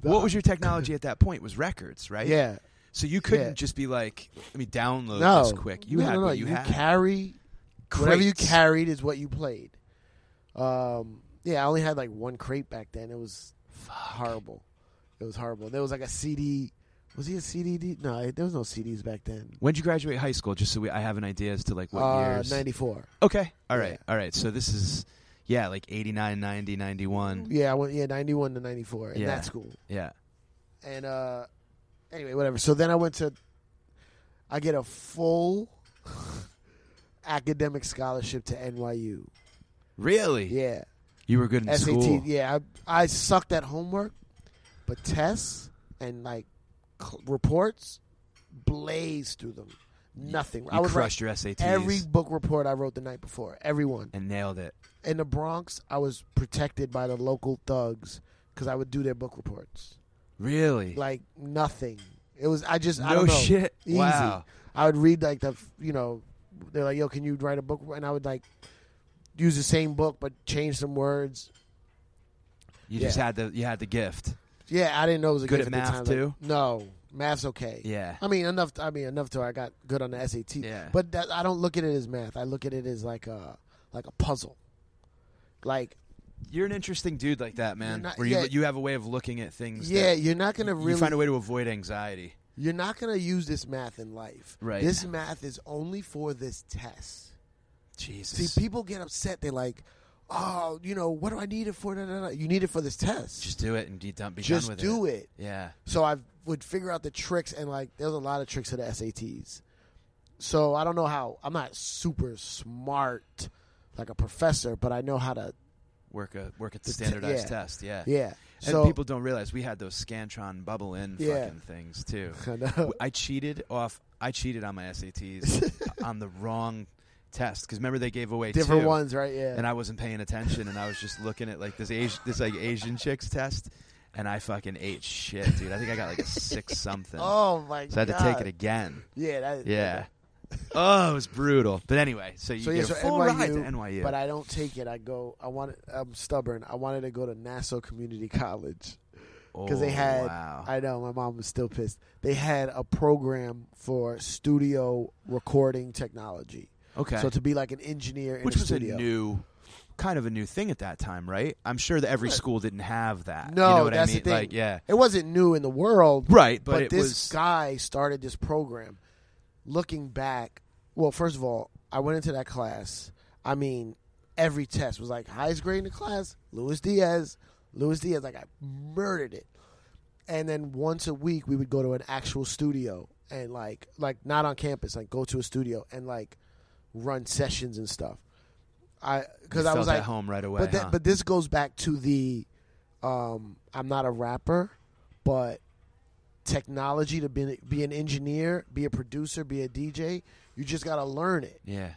[SPEAKER 1] what was your technology at that point was records right
[SPEAKER 2] yeah,
[SPEAKER 1] so you couldn't
[SPEAKER 2] Yeah.
[SPEAKER 1] just be like let me download
[SPEAKER 2] no,
[SPEAKER 1] this quick you
[SPEAKER 2] No,
[SPEAKER 1] had
[SPEAKER 2] no, no.
[SPEAKER 1] what you, had
[SPEAKER 2] carry Whatever you
[SPEAKER 1] Crates.
[SPEAKER 2] carried is what you played. Um, yeah, I only had like one crate back then. It was horrible. It was horrible. There was like a CD Was he a CDD? No, there was no CDs back then.
[SPEAKER 1] When'd you graduate high school? Just so we, I have an idea as to like what
[SPEAKER 2] Uh,
[SPEAKER 1] years.
[SPEAKER 2] ninety four.
[SPEAKER 1] Okay. All right.
[SPEAKER 2] Yeah.
[SPEAKER 1] All right. So this is, yeah, like 89, 90, 91.
[SPEAKER 2] Yeah, I went. Yeah, ninety one to ninety four in
[SPEAKER 1] Mm. Yeah.
[SPEAKER 2] that school.
[SPEAKER 1] Yeah.
[SPEAKER 2] And uh, anyway, whatever. So then I went to. I get a full academic scholarship to NYU.
[SPEAKER 1] Really?
[SPEAKER 2] Yeah,
[SPEAKER 1] You were good in
[SPEAKER 2] SAT.
[SPEAKER 1] school.
[SPEAKER 2] Yeah, I, I sucked at homework, but tests and like c- reports blazed through them. Nothing. I
[SPEAKER 1] You
[SPEAKER 2] was
[SPEAKER 1] crushed your SATs
[SPEAKER 2] every book report I wrote the night before. Everyone.
[SPEAKER 1] and nailed it.
[SPEAKER 2] in the Bronx, I was protected by the local thugs because I would do their book reports.
[SPEAKER 1] Really?
[SPEAKER 2] Like nothing. It was I just I
[SPEAKER 1] no
[SPEAKER 2] don't know.
[SPEAKER 1] shit.
[SPEAKER 2] Easy.
[SPEAKER 1] Wow.
[SPEAKER 2] I would read like the you know they're like yo can you write a book and I would like use the same book but change some words.
[SPEAKER 1] You just
[SPEAKER 2] Yeah.
[SPEAKER 1] had the you had the gift.
[SPEAKER 2] Yeah, I didn't know it was a
[SPEAKER 1] Good
[SPEAKER 2] gift
[SPEAKER 1] at
[SPEAKER 2] the
[SPEAKER 1] math,
[SPEAKER 2] time.
[SPEAKER 1] too?
[SPEAKER 2] Like, no, math's okay.
[SPEAKER 1] Yeah.
[SPEAKER 2] I mean enough. I mean enough till I got good on the SAT.
[SPEAKER 1] Yeah.
[SPEAKER 2] But that, I don't look at it as math. I look at it as like a like a puzzle. Like
[SPEAKER 1] You're an interesting dude like that, man.
[SPEAKER 2] You're not-
[SPEAKER 1] where you
[SPEAKER 2] yeah.
[SPEAKER 1] you have a way of looking at things.
[SPEAKER 2] yeah,
[SPEAKER 1] that
[SPEAKER 2] you're not gonna
[SPEAKER 1] you
[SPEAKER 2] really
[SPEAKER 1] find a way to avoid anxiety.
[SPEAKER 2] You're not going to use this math in life.
[SPEAKER 1] Right.
[SPEAKER 2] This math is only for this test.
[SPEAKER 1] Jesus.
[SPEAKER 2] See, people get upset. They're like, oh, you know, what do I need it for? Da, da, da. You need it for this test.
[SPEAKER 1] just do it and be done. Be
[SPEAKER 2] Just
[SPEAKER 1] done with
[SPEAKER 2] do
[SPEAKER 1] it.
[SPEAKER 2] it.
[SPEAKER 1] Yeah.
[SPEAKER 2] So I would figure out the tricks, and like, there's a lot of tricks to the SATs. So I don't know how, I'm not super smart like a professor, but I know how to,
[SPEAKER 1] Work a work at
[SPEAKER 2] The
[SPEAKER 1] the
[SPEAKER 2] te-
[SPEAKER 1] standardized
[SPEAKER 2] yeah.
[SPEAKER 1] test. Yeah.
[SPEAKER 2] yeah.
[SPEAKER 1] And
[SPEAKER 2] So,
[SPEAKER 1] people don't realize we had those Scantron bubble in
[SPEAKER 2] Yeah.
[SPEAKER 1] fucking things too.
[SPEAKER 2] I know.
[SPEAKER 1] I cheated off. I cheated on my SATs on the wrong test because remember they gave away
[SPEAKER 2] different
[SPEAKER 1] two,
[SPEAKER 2] ones, right? Yeah.
[SPEAKER 1] and I wasn't paying attention, and I was just looking at like this Asian, this like Asian chicks test, and I fucking ate shit, dude. I think I got like a six something,
[SPEAKER 2] oh, my God.
[SPEAKER 1] so I had to take it again.
[SPEAKER 2] Yeah. That,
[SPEAKER 1] Yeah. Oh, it was brutal. But anyway, so you
[SPEAKER 2] So
[SPEAKER 1] get
[SPEAKER 2] yeah,
[SPEAKER 1] a
[SPEAKER 2] so
[SPEAKER 1] full
[SPEAKER 2] NYU,
[SPEAKER 1] ride to NYU.
[SPEAKER 2] but I don't take it. I go. I want. I'm stubborn. I wanted to go to Nassau Community College because they
[SPEAKER 1] Oh,
[SPEAKER 2] had.
[SPEAKER 1] wow.
[SPEAKER 2] I know my mom was still pissed. They had a program for studio recording technology.
[SPEAKER 1] okay,
[SPEAKER 2] So to be like an engineer in
[SPEAKER 1] which
[SPEAKER 2] a
[SPEAKER 1] was
[SPEAKER 2] studio.
[SPEAKER 1] a new, kind of a new thing at that time, right? I'm sure that every school didn't have that.
[SPEAKER 2] no,
[SPEAKER 1] you know what
[SPEAKER 2] that's
[SPEAKER 1] I mean?
[SPEAKER 2] the thing.
[SPEAKER 1] Like, yeah,
[SPEAKER 2] it wasn't new in the world,
[SPEAKER 1] right. But,
[SPEAKER 2] But,
[SPEAKER 1] it
[SPEAKER 2] this
[SPEAKER 1] was
[SPEAKER 2] guy started this program. Looking back, well, first of all, I went into that class. I mean, every test was like highest grade in the class. Luis Diaz, Luis Diaz, like I murdered it. And then once a week, we would go to an actual studio and like, like not on campus, like go to a studio and like run sessions and stuff. I because
[SPEAKER 1] you
[SPEAKER 2] I
[SPEAKER 1] felt
[SPEAKER 2] was like,
[SPEAKER 1] at home right away.
[SPEAKER 2] but that,
[SPEAKER 1] huh?
[SPEAKER 2] but this goes back to the um, I'm not a rapper, but technology to be be an engineer, be a producer, be a DJ. You just gotta learn it.
[SPEAKER 1] yeah,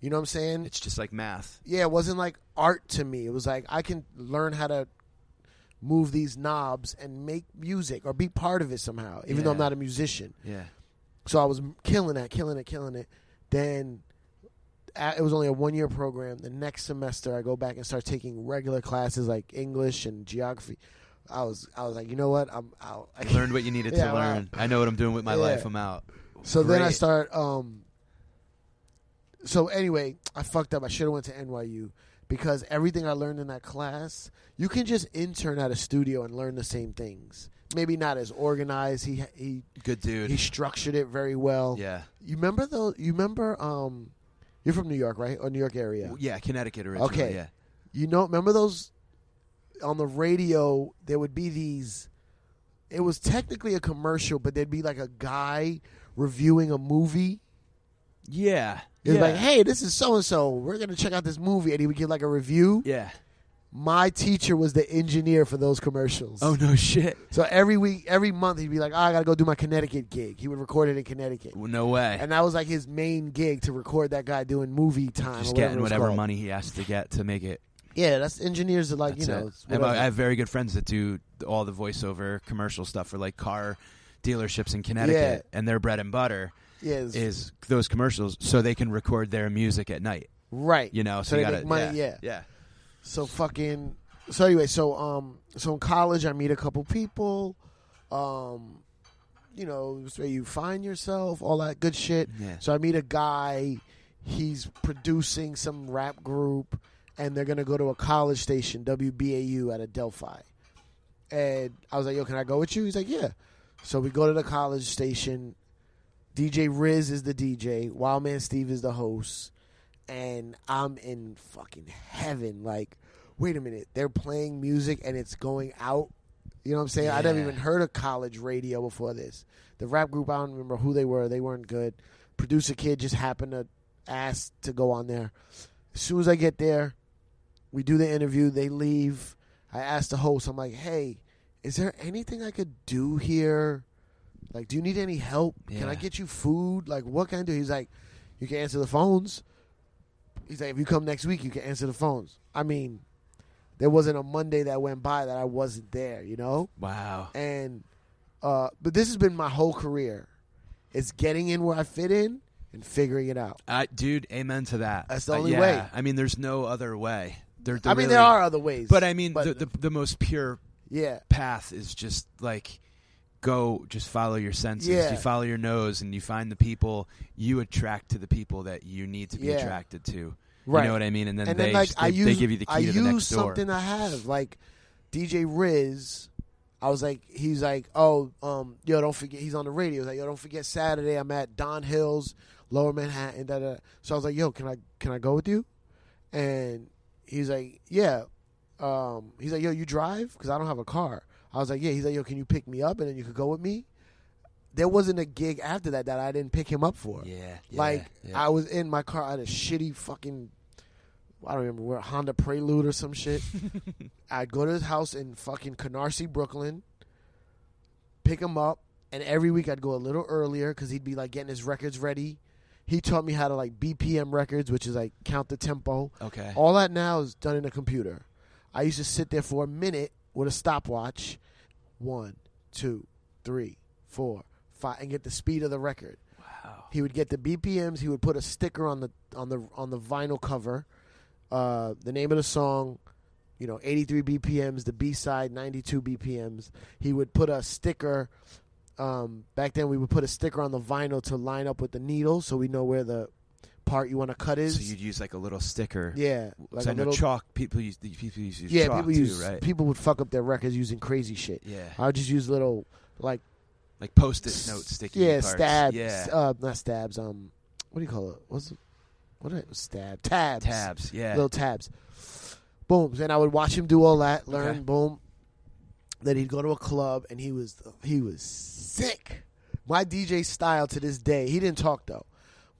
[SPEAKER 2] You know what I'm saying?
[SPEAKER 1] it's just like math.
[SPEAKER 2] yeah, it wasn't like art to me. It was like I can learn how to move these knobs and make music or be part of it somehow, even though I'm
[SPEAKER 1] Yeah.
[SPEAKER 2] not a musician.
[SPEAKER 1] Yeah.
[SPEAKER 2] So I was killing that, killing it, killing it. Then a- it was only a one year program. The next semester, I go back and start taking regular classes like English and geography. I was I was like, you know what? I'm out. I
[SPEAKER 1] learned what you needed
[SPEAKER 2] Yeah,
[SPEAKER 1] to
[SPEAKER 2] wow.
[SPEAKER 1] learn. I know what I'm doing with my
[SPEAKER 2] Yeah.
[SPEAKER 1] life. I'm out.
[SPEAKER 2] So then I
[SPEAKER 1] Great.
[SPEAKER 2] start. Um, so anyway, I fucked up. I should have went to NYU because everything I learned in that class, you can just intern at a studio and learn the same things. Maybe not as organized. He he
[SPEAKER 1] Good dude.
[SPEAKER 2] he structured it very well.
[SPEAKER 1] yeah.
[SPEAKER 2] You remember though? You remember? Um, you're from New York, right? Or New York area?
[SPEAKER 1] W- Yeah, Connecticut originally.
[SPEAKER 2] Okay.
[SPEAKER 1] Yeah.
[SPEAKER 2] You know? Remember those? On the radio, there would be these. It was technically a commercial, but there'd be like a guy reviewing a movie.
[SPEAKER 1] Yeah.
[SPEAKER 2] It was
[SPEAKER 1] yeah.
[SPEAKER 2] like, "Hey, this is so and so. We're gonna check out this movie," and he would give like a review.
[SPEAKER 1] Yeah.
[SPEAKER 2] My teacher was the engineer for those commercials.
[SPEAKER 1] Oh no shit.
[SPEAKER 2] So every week, every month, he'd be like, oh, "I gotta go do my Connecticut gig." He would record it in Connecticut.
[SPEAKER 1] W- No way.
[SPEAKER 2] And that was like his main gig to record that guy doing movie time.
[SPEAKER 1] Just
[SPEAKER 2] or
[SPEAKER 1] getting
[SPEAKER 2] it was
[SPEAKER 1] whatever
[SPEAKER 2] called.
[SPEAKER 1] money he has to get to make it.
[SPEAKER 2] Yeah, that's engineers that like
[SPEAKER 1] That's
[SPEAKER 2] Uh, you know.
[SPEAKER 1] it.
[SPEAKER 2] it's
[SPEAKER 1] I have- I
[SPEAKER 2] whatever.
[SPEAKER 1] have very good friends that do all the voiceover commercial stuff for like car dealerships in Connecticut, and their bread and butter
[SPEAKER 2] yeah, it's-
[SPEAKER 1] is those commercials, so they can record their music at night.
[SPEAKER 2] right.
[SPEAKER 1] You know, so,
[SPEAKER 2] So
[SPEAKER 1] you
[SPEAKER 2] they
[SPEAKER 1] gotta
[SPEAKER 2] make money,
[SPEAKER 1] yeah, yeah.
[SPEAKER 2] So fucking. So anyway, so um, so in college I meet a couple people, um, you know, it's where you find yourself, all that good shit.
[SPEAKER 1] Yeah.
[SPEAKER 2] So I meet a guy, he's producing some rap group, and they're gonna go to a college station, WBAU out of Delphi. And I was like, "Yo, can I go with you?" He's like, "Yeah." So we go to the college station. DJ Riz is the DJ. Wildman Steve is the host. And I'm in fucking heaven. Like, wait a minute. They're playing music and it's going out. You know what I'm saying? I never
[SPEAKER 1] Yeah.
[SPEAKER 2] even heard of college radio before this. The rap group, I don't remember who they were. They weren't good. Producer Kid just happened to ask to go on there. As soon as I get there, we do the interview. They leave. I asked the host, I'm like, hey, is there anything I could do here? Like, do you need any help? Can I
[SPEAKER 1] Yeah.
[SPEAKER 2] get you food? Like, what can I do? He's like, you can answer the phones. He's like, if you come next week, you can answer the phones. I mean, there wasn't a Monday that went by that I wasn't there, you know?
[SPEAKER 1] Wow.
[SPEAKER 2] And, uh, but this has been my whole career. It's getting in where I fit in and figuring it out.
[SPEAKER 1] I, dude, amen to that.
[SPEAKER 2] That's the
[SPEAKER 1] Uh,
[SPEAKER 2] only
[SPEAKER 1] yeah.
[SPEAKER 2] way.
[SPEAKER 1] I mean, there's no other way. There,
[SPEAKER 2] I mean,
[SPEAKER 1] really-
[SPEAKER 2] there are other ways.
[SPEAKER 1] But I mean,
[SPEAKER 2] but-
[SPEAKER 1] the, the the most pure
[SPEAKER 2] yeah.
[SPEAKER 1] path is just like go just follow your senses
[SPEAKER 2] Yeah.
[SPEAKER 1] you follow your nose and you find the people you attract to the people that you need to be
[SPEAKER 2] Yeah.
[SPEAKER 1] attracted to
[SPEAKER 2] Right.
[SPEAKER 1] you know what i mean and then,
[SPEAKER 2] and
[SPEAKER 1] they,
[SPEAKER 2] then like
[SPEAKER 1] just-
[SPEAKER 2] I
[SPEAKER 1] they,
[SPEAKER 2] use
[SPEAKER 1] they give you the key
[SPEAKER 2] I
[SPEAKER 1] to
[SPEAKER 2] use
[SPEAKER 1] the next door
[SPEAKER 2] something I have like DJ Riz. I was like, he's like, oh, um, yo, don't forget. He's on the radio. He's like, yo, don't forget Saturday. I'm at Don Hills, Lower Manhattan. Da, da. da." So I was like, yo, can I can I go with you? And he's like, yeah. Um, he's like, yo, you drive because I don't have a car. I was like, yeah. He's like, yo, can you pick me up and then you could go with me? There wasn't a gig after that that I didn't pick him up for.
[SPEAKER 1] yeah,
[SPEAKER 2] Like I was in my car, I had a shitty fucking I don't remember where Honda Prelude or some shit. I'd go to his house in fucking Canarsie, Brooklyn, pick him up, and every week I'd go a little earlier because he'd be like getting his records ready. He taught me how to like BPM records, which is like count the tempo.
[SPEAKER 1] okay
[SPEAKER 2] All that now is done in a computer. I used to sit there for a minute with a stopwatch, one, two, three, four, five, and get the speed of the record.
[SPEAKER 1] wow
[SPEAKER 2] He would get the BPMs. He would put a sticker on the on the on the vinyl cover, uh, the name of the song, you know, 83 BPMs, the B side 92 BPMs. He would put a sticker. Um, back then, we would put a sticker on the vinyl to line up with the needle, so we know where the part you want to cut is.
[SPEAKER 1] so you'd use like a little sticker
[SPEAKER 2] yeah,
[SPEAKER 1] like I know chalk people use people use
[SPEAKER 2] yeah,
[SPEAKER 1] chalk
[SPEAKER 2] people
[SPEAKER 1] too
[SPEAKER 2] use uh,
[SPEAKER 1] right
[SPEAKER 2] people would fuck up their records using crazy shit.
[SPEAKER 1] yeah
[SPEAKER 2] I would just use little like
[SPEAKER 1] like post-it note sticky
[SPEAKER 2] yeah
[SPEAKER 1] parts.
[SPEAKER 2] stabs
[SPEAKER 1] yeah
[SPEAKER 2] uh, not stabs um what do you call it what's it? what are, stab tabs
[SPEAKER 1] tabs yeah
[SPEAKER 2] little tabs. Boom. Then I would watch him do all that, learn,
[SPEAKER 1] Okay.
[SPEAKER 2] boom. Then he'd go to a club and he was he was sick. My DJ style to this day, he didn't talk though.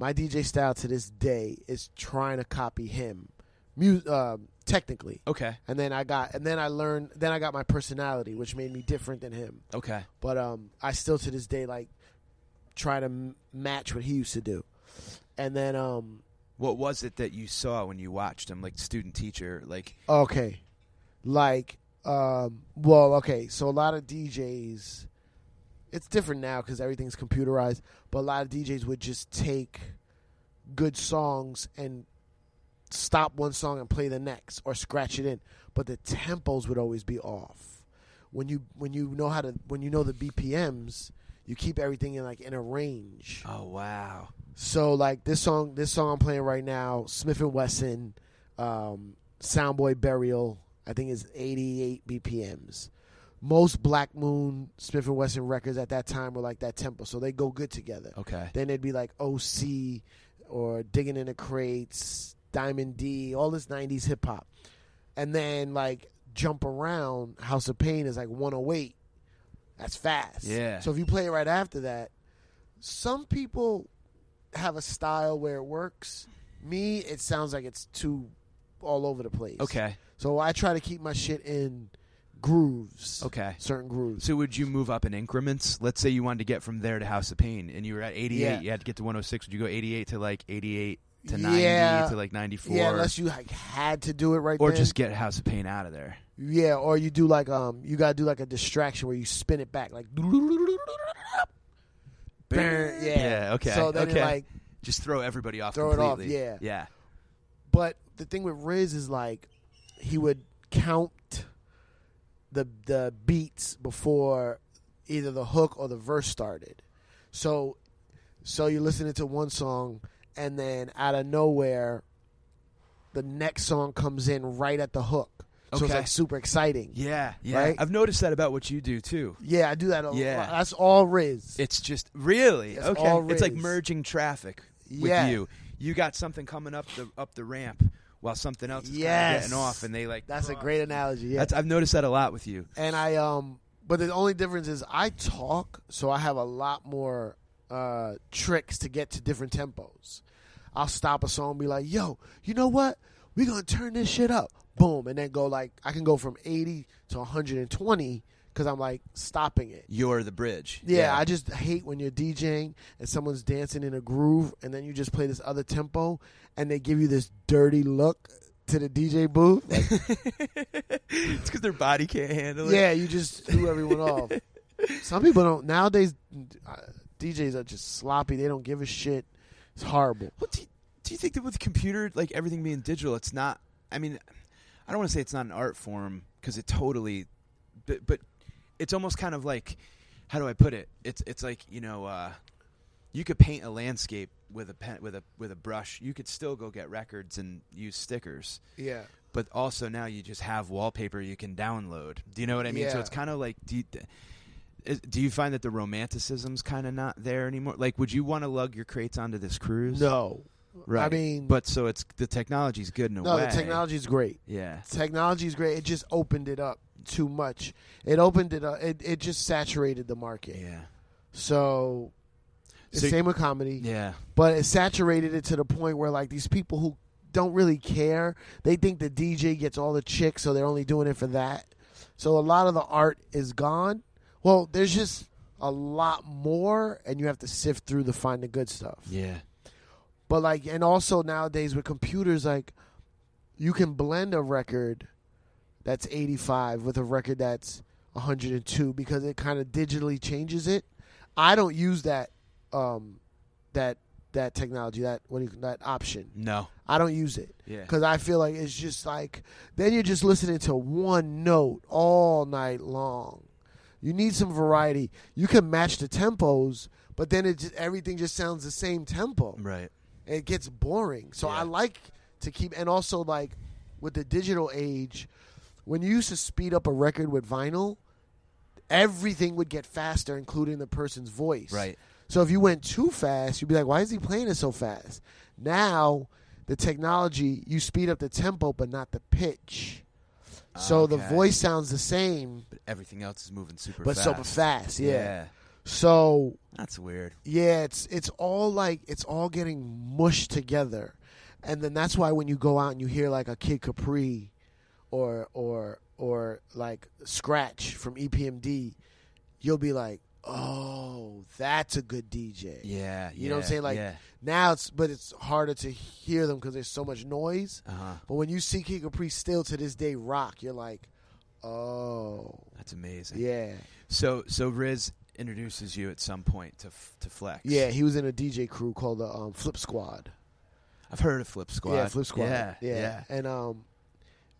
[SPEAKER 2] My DJ style to this day is trying to copy him, mu- uh, technically.
[SPEAKER 1] okay
[SPEAKER 2] And then I got and then I learned then I got my personality, which made me different than him.
[SPEAKER 1] okay
[SPEAKER 2] But um, I still to this day like try to m- match what he used to do. And then um,
[SPEAKER 1] what was it that you saw when you watched him like student teacher like
[SPEAKER 2] Okay. Like, um, well, okay. So a lot of DJs, it's different now because everything's computerized. But a lot of DJs would just take good songs and stop one song and play the next or scratch it in. But the tempos would always be off. When you when you know how to when you know the BPMs, you keep everything in like in a range.
[SPEAKER 1] oh wow
[SPEAKER 2] So like this song, this song I'm playing right now, Smith and Wesson, um, Soundboy Burial, I think is 88 BPMs. Most Black Moon Smith and Wesson records at that time were like that tempo, so they go good together.
[SPEAKER 1] okay
[SPEAKER 2] Then it'd be like OC or Digging in the Crates, Diamond D, all this 90s hip hop. And then like Jump Around, House of Pain is like 108. That's fast.
[SPEAKER 1] Yeah.
[SPEAKER 2] So if you play it right after that, some people have a style where it works. Me, it sounds like it's too all over the place.
[SPEAKER 1] okay
[SPEAKER 2] So I try to keep my shit in grooves.
[SPEAKER 1] okay
[SPEAKER 2] Certain grooves.
[SPEAKER 1] So would you move up in increments? Let's say you wanted to get from there to House of Pain, and you were at 88.
[SPEAKER 2] Yeah.
[SPEAKER 1] You had to get to 106. Would you go 88 to like 88 to 90
[SPEAKER 2] Yeah.
[SPEAKER 1] to like 94?
[SPEAKER 2] Yeah, unless you like had to do it right
[SPEAKER 1] or
[SPEAKER 2] then.
[SPEAKER 1] just get House of Pain out of there.
[SPEAKER 2] Yeah, or you do like um, you gotta do like a distraction where you spin it back, like yeah,
[SPEAKER 1] Yeah, okay,
[SPEAKER 2] So then it,
[SPEAKER 1] okay.
[SPEAKER 2] like,
[SPEAKER 1] Just throw everybody off
[SPEAKER 2] Throw it off,
[SPEAKER 1] completely.
[SPEAKER 2] yeah.
[SPEAKER 1] Yeah.
[SPEAKER 2] but the thing with Riz is like, he would count the the beats before either the hook or the verse started. So, so you're listening to one song, and then out of nowhere, the next song comes in right at the hook. So it's
[SPEAKER 1] Okay.
[SPEAKER 2] like super exciting. Yeah,
[SPEAKER 1] Yeah, yeah.
[SPEAKER 2] Right?
[SPEAKER 1] I've noticed that about what you do too.
[SPEAKER 2] I do that a
[SPEAKER 1] Yeah.
[SPEAKER 2] lot. That's all Riz.
[SPEAKER 1] It's just really
[SPEAKER 2] It's
[SPEAKER 1] okay.
[SPEAKER 2] all
[SPEAKER 1] It's like
[SPEAKER 2] Riz.
[SPEAKER 1] merging traffic with
[SPEAKER 2] Yeah.
[SPEAKER 1] you. You got something coming up the up the ramp while something else is kinda
[SPEAKER 2] Yes.
[SPEAKER 1] getting off, and they like
[SPEAKER 2] That's a great analogy. Yeah.
[SPEAKER 1] That's, I've noticed that a lot with you.
[SPEAKER 2] and I um but the only difference is I talk, so I have a lot more uh tricks to get to different tempos. I'll stop a song and be like, "Yo, you know what? We're going to turn this shit up." Boom, and then go like I can go from 80 to 120 cuz I'm like stopping it.
[SPEAKER 1] You're the bridge.
[SPEAKER 2] Yeah, I just hate when you're DJing and someone's dancing in a groove and then you just play this other tempo and they give you this dirty look to the DJ booth. Like,
[SPEAKER 1] it's because their body can't handle it.
[SPEAKER 2] Yeah, you just threw everyone off. Some people don't nowadays. uh, DJs are just sloppy. They don't give a shit. It's horrible.
[SPEAKER 1] Well, do, you, do you think that with computer, like everything being digital, it's not? I mean, I don't want to say it's not an art form because it totally, but, but it's almost kind of like, how do I put it? It's it's like you know, uh, you could paint a landscape with a pen with a with a brush. You could still go get records and use stickers,
[SPEAKER 2] Yeah,
[SPEAKER 1] but also now you just have wallpaper you can download. Do you know what I mean? So
[SPEAKER 2] Yeah.
[SPEAKER 1] it's kind of like do. You, is- do you find that the romanticism's kind of not there anymore? Like, would you want to lug your crates onto this cruise?
[SPEAKER 2] no,
[SPEAKER 1] Right.
[SPEAKER 2] I mean,
[SPEAKER 1] but so it's the technology's good in a
[SPEAKER 2] no,
[SPEAKER 1] way.
[SPEAKER 2] the technology's great.
[SPEAKER 1] Yeah.
[SPEAKER 2] Technology's great. It just opened it up too much. It opened it up. It, it just saturated the market.
[SPEAKER 1] Yeah.
[SPEAKER 2] So, the
[SPEAKER 1] So-
[SPEAKER 2] same with comedy,
[SPEAKER 1] Yeah.
[SPEAKER 2] but it saturated it to the point where like these people who don't really care, they think the DJ gets all the chicks, so they're only doing it for that. So a lot of the art is gone. Well, there's just a lot more, and you have to sift through to find the good stuff.
[SPEAKER 1] Yeah.
[SPEAKER 2] But like, and also nowadays with computers, like you can blend a record that's 85 with a record that's 102 because it kind of digitally changes it. I don't use that, um, that that technology, that what do you, that option.
[SPEAKER 1] No.
[SPEAKER 2] I don't use it
[SPEAKER 1] Yeah.
[SPEAKER 2] because I feel like it's just like then you're just listening to one note all night long. You need some variety. You can match the tempos, but then it just, everything just sounds the same tempo
[SPEAKER 1] Right.
[SPEAKER 2] it gets boring. So
[SPEAKER 1] Yeah.
[SPEAKER 2] I like to keep and also like with the digital age, when you used to speed up a record with vinyl, everything would get faster, including the person's voice.
[SPEAKER 1] Right.
[SPEAKER 2] So if you went too fast, you'd be like, "Why is he playing it so fast?" Now, the technology you speed up the tempo, but not the pitch. So the
[SPEAKER 1] Okay.
[SPEAKER 2] voice sounds the same,
[SPEAKER 1] But everything else is moving super
[SPEAKER 2] but
[SPEAKER 1] fast.
[SPEAKER 2] super fast. Yeah.
[SPEAKER 1] yeah.
[SPEAKER 2] So
[SPEAKER 1] That's weird.
[SPEAKER 2] yeah, it's it's all like it's all getting mushed together, and then that's why when you go out and you hear like a Kid Capri, or or or like Scratch from E EPMD, you'll be like, oh, that's a good DJ.
[SPEAKER 1] Yeah.
[SPEAKER 2] You know what I'm
[SPEAKER 1] yeah,
[SPEAKER 2] saying? Like
[SPEAKER 1] yeah.
[SPEAKER 2] now it's but it's harder to hear them because there's so much noise.
[SPEAKER 1] Uh-huh.
[SPEAKER 2] But when you see Kid Capri still to this day rock, you're like, oh
[SPEAKER 1] That's amazing.
[SPEAKER 2] yeah,
[SPEAKER 1] So so Riz introduces you at some point to f- to Flex.
[SPEAKER 2] yeah. He was in a DJ crew called the um, Flip Squad.
[SPEAKER 1] I've heard of Flip Squad.
[SPEAKER 2] Yeah, Flip Squad.
[SPEAKER 1] Yeah.
[SPEAKER 2] Yeah, And um,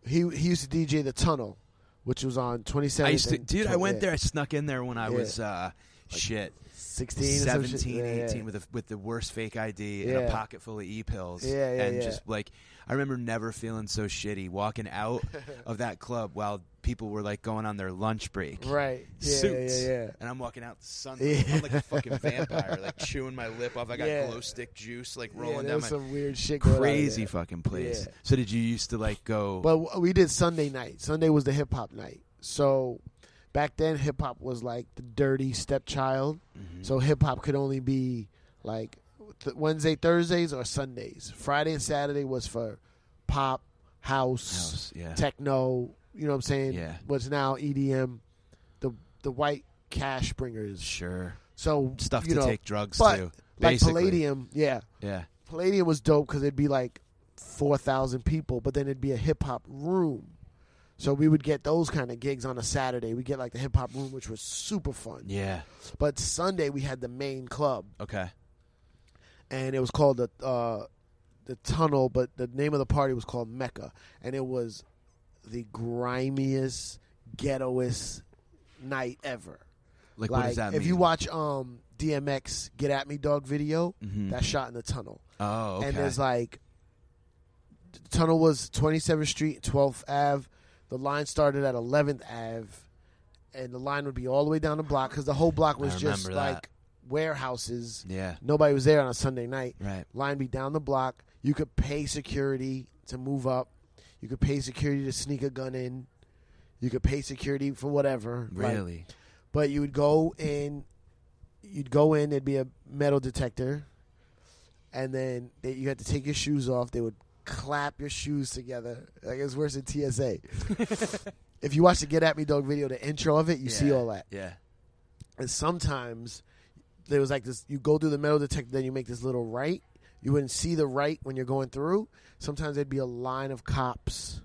[SPEAKER 2] he he used to DJ the Tunnel, which was on twenty
[SPEAKER 1] I
[SPEAKER 2] seven.
[SPEAKER 1] used to dude, I went there. I snuck in there when I
[SPEAKER 2] Yeah.
[SPEAKER 1] was uh shit.
[SPEAKER 2] 16,
[SPEAKER 1] 17, 18 with a, with the worst fake ID and a
[SPEAKER 2] Yeah.
[SPEAKER 1] pocket full of e-pills
[SPEAKER 2] Yeah, yeah,
[SPEAKER 1] and
[SPEAKER 2] yeah.
[SPEAKER 1] just like I remember never feeling so shitty walking out of that club while people were like going on their lunch break.
[SPEAKER 2] right. Yeah,
[SPEAKER 1] Suits.
[SPEAKER 2] Yeah, yeah,
[SPEAKER 1] And I'm walking out the sun
[SPEAKER 2] Yeah.
[SPEAKER 1] I'm like a fucking vampire, like chewing my lip off. I got
[SPEAKER 2] Yeah.
[SPEAKER 1] glow stick juice like
[SPEAKER 2] yeah.
[SPEAKER 1] rolling
[SPEAKER 2] there
[SPEAKER 1] down my
[SPEAKER 2] was some weird shit. Going on
[SPEAKER 1] crazy
[SPEAKER 2] there.
[SPEAKER 1] fucking place.
[SPEAKER 2] Yeah.
[SPEAKER 1] So did you used to like go
[SPEAKER 2] But w- we did Sunday night. Sunday was the hip hop night. So back then, hip hop was like the dirty stepchild.
[SPEAKER 1] Mm-hmm.
[SPEAKER 2] So hip hop could only be like th- Wednesday, Thursdays, or Sundays. Friday and Saturday was for pop, house.
[SPEAKER 1] house? Yeah.
[SPEAKER 2] techno, you know what I'm saying?
[SPEAKER 1] Yeah.
[SPEAKER 2] What's now EDM, the the white cash bringers.
[SPEAKER 1] Sure.
[SPEAKER 2] So
[SPEAKER 1] Stuff
[SPEAKER 2] you
[SPEAKER 1] to
[SPEAKER 2] know,
[SPEAKER 1] take drugs
[SPEAKER 2] but,
[SPEAKER 1] to.
[SPEAKER 2] Like
[SPEAKER 1] basically.
[SPEAKER 2] Palladium, yeah.
[SPEAKER 1] Yeah.
[SPEAKER 2] Palladium was dope because it'd be like four thousand people, but then it'd be a hip hop room. So we would get those kind of gigs on a Saturday. We get like the hip hop room, which was super fun.
[SPEAKER 1] Yeah.
[SPEAKER 2] But Sunday we had the main club,
[SPEAKER 1] Okay.
[SPEAKER 2] and it was called the uh, the tunnel, but the name of the party was called Mecca, and it was the grimiest, ghettoest night ever.
[SPEAKER 1] Like, what does that
[SPEAKER 2] if
[SPEAKER 1] mean?
[SPEAKER 2] you watch um DMX "Get at Me Dog" video,
[SPEAKER 1] Mhm.
[SPEAKER 2] that's shot in the tunnel,
[SPEAKER 1] Oh, okay.
[SPEAKER 2] and there's like the tunnel was 27th Street, 12th Ave. The line started at 11th Ave, and the line would be all the way down the block because the whole block was
[SPEAKER 1] I
[SPEAKER 2] just
[SPEAKER 1] remember that.
[SPEAKER 2] like warehouses.
[SPEAKER 1] Yeah.
[SPEAKER 2] Nobody was there on a Sunday night.
[SPEAKER 1] Right.
[SPEAKER 2] Line be down the block. You could pay security to move up. You could pay security to sneak a gun in. You could pay security for whatever. Like,
[SPEAKER 1] Really.
[SPEAKER 2] but you would go in you'd go in there'd be a metal detector and then they, you had to take your shoes off they would clap your shoes together like it's worse than tsa if you watch the get at me dog video the intro of it you see
[SPEAKER 1] Yeah.
[SPEAKER 2] all that
[SPEAKER 1] Yeah.
[SPEAKER 2] and sometimes there was like this you go through the metal detector then you make this little right you wouldn't see the right when you're going through sometimes there'd be a line of cops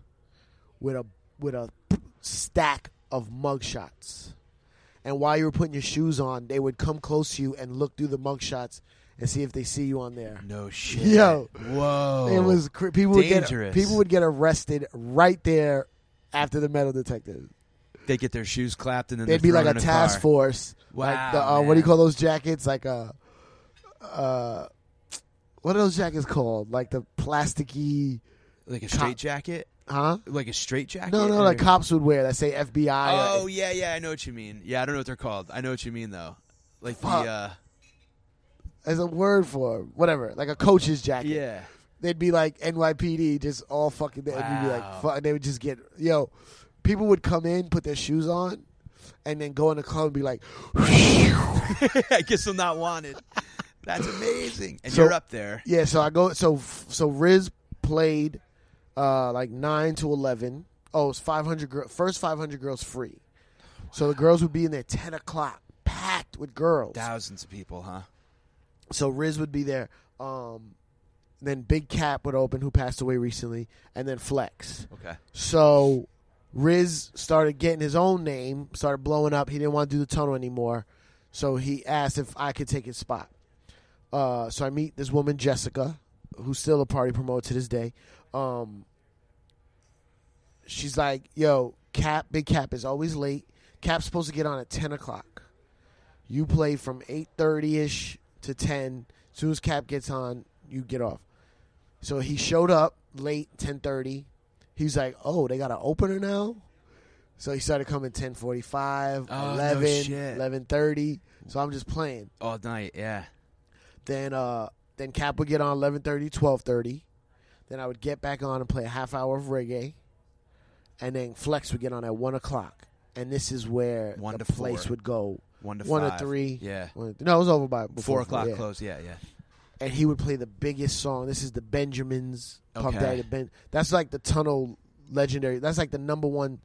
[SPEAKER 2] with a with a stack of mugshots and while you were putting your shoes on they would come close to you and look through the mugshots and see if they see you on there
[SPEAKER 1] No shit.
[SPEAKER 2] Yo.
[SPEAKER 1] Whoa.
[SPEAKER 2] it was cr- people would
[SPEAKER 1] dangerous.
[SPEAKER 2] get people would get arrested right there after the metal detector
[SPEAKER 1] They get their shoes clapped and then
[SPEAKER 2] They'd
[SPEAKER 1] they're
[SPEAKER 2] be like
[SPEAKER 1] thrown
[SPEAKER 2] a
[SPEAKER 1] in
[SPEAKER 2] task
[SPEAKER 1] car.
[SPEAKER 2] force.
[SPEAKER 1] Wow,
[SPEAKER 2] Like the, uh, what do
[SPEAKER 1] man.
[SPEAKER 2] you call those jackets? Like a, uh, what are those jackets called? Like the plasticky,
[SPEAKER 1] Like a straight jacket.
[SPEAKER 2] huh?
[SPEAKER 1] Like a straight jacket.
[SPEAKER 2] No, no,
[SPEAKER 1] Or-
[SPEAKER 2] like cops would wear that say FBI.
[SPEAKER 1] Oh
[SPEAKER 2] or,
[SPEAKER 1] yeah, yeah. I know what you mean. Yeah, I don't know what they're called. I know what you mean though. Like
[SPEAKER 2] Fuck.
[SPEAKER 1] the uh,
[SPEAKER 2] there's a word for 'em. whatever, like a coach's jacket.
[SPEAKER 1] yeah.
[SPEAKER 2] They'd be like NYPD, just all fucking. Wow. And you'd be
[SPEAKER 1] Wow.
[SPEAKER 2] like, fuck. They would just get yo. People would come in, put their shoes on, and then go in the club and be like,
[SPEAKER 1] I guess I'm not wanted. That's amazing. And
[SPEAKER 2] So-
[SPEAKER 1] you're up there.
[SPEAKER 2] Yeah, so I go so so Riz played uh like 9 to 11. Oh, it's 500 girl, first 500 girls free. So the girls would be in there 10 o'clock, packed with girls.
[SPEAKER 1] Thousands of people, huh?
[SPEAKER 2] So Riz would be there. Um then Big Cap would open who passed away recently and then Flex.
[SPEAKER 1] Okay.
[SPEAKER 2] So Riz started getting his own name, started blowing up. He didn't want to do the tunnel anymore. So he asked if I could take his spot. Uh, so I meet this woman, Jessica, who's still a party promoter to this day. Um, she's like, yo, Cap, Big Cap is always late. Cap's supposed to get on at 10 o'clock. You play from 8.30ish to 10. As soon as Cap gets on, you get off. So he showed up late, 10.30. He's like, oh, they got an opener now? So he started coming 10.45,
[SPEAKER 1] Oh, no
[SPEAKER 2] 11,
[SPEAKER 1] shit.
[SPEAKER 2] 11.30. So I'm just playing
[SPEAKER 1] All night, yeah.
[SPEAKER 2] then uh then cap would get on 11.30 12.30 then i would get back on and play a half hour of reggae and then flex would get on at 1 o'clock and this is where
[SPEAKER 1] One
[SPEAKER 2] the
[SPEAKER 1] to
[SPEAKER 2] place
[SPEAKER 1] four.
[SPEAKER 2] would go
[SPEAKER 1] One to
[SPEAKER 2] 1
[SPEAKER 1] five.
[SPEAKER 2] to 3
[SPEAKER 1] Yeah.
[SPEAKER 2] one to th- no it was over by before
[SPEAKER 1] Four o'clock
[SPEAKER 2] yeah.
[SPEAKER 1] close. Yeah, yeah.
[SPEAKER 2] and he would play the biggest song this is the benjamins Puff
[SPEAKER 1] Okay.
[SPEAKER 2] Daddy ben that's like the tunnel legendary that's like the number one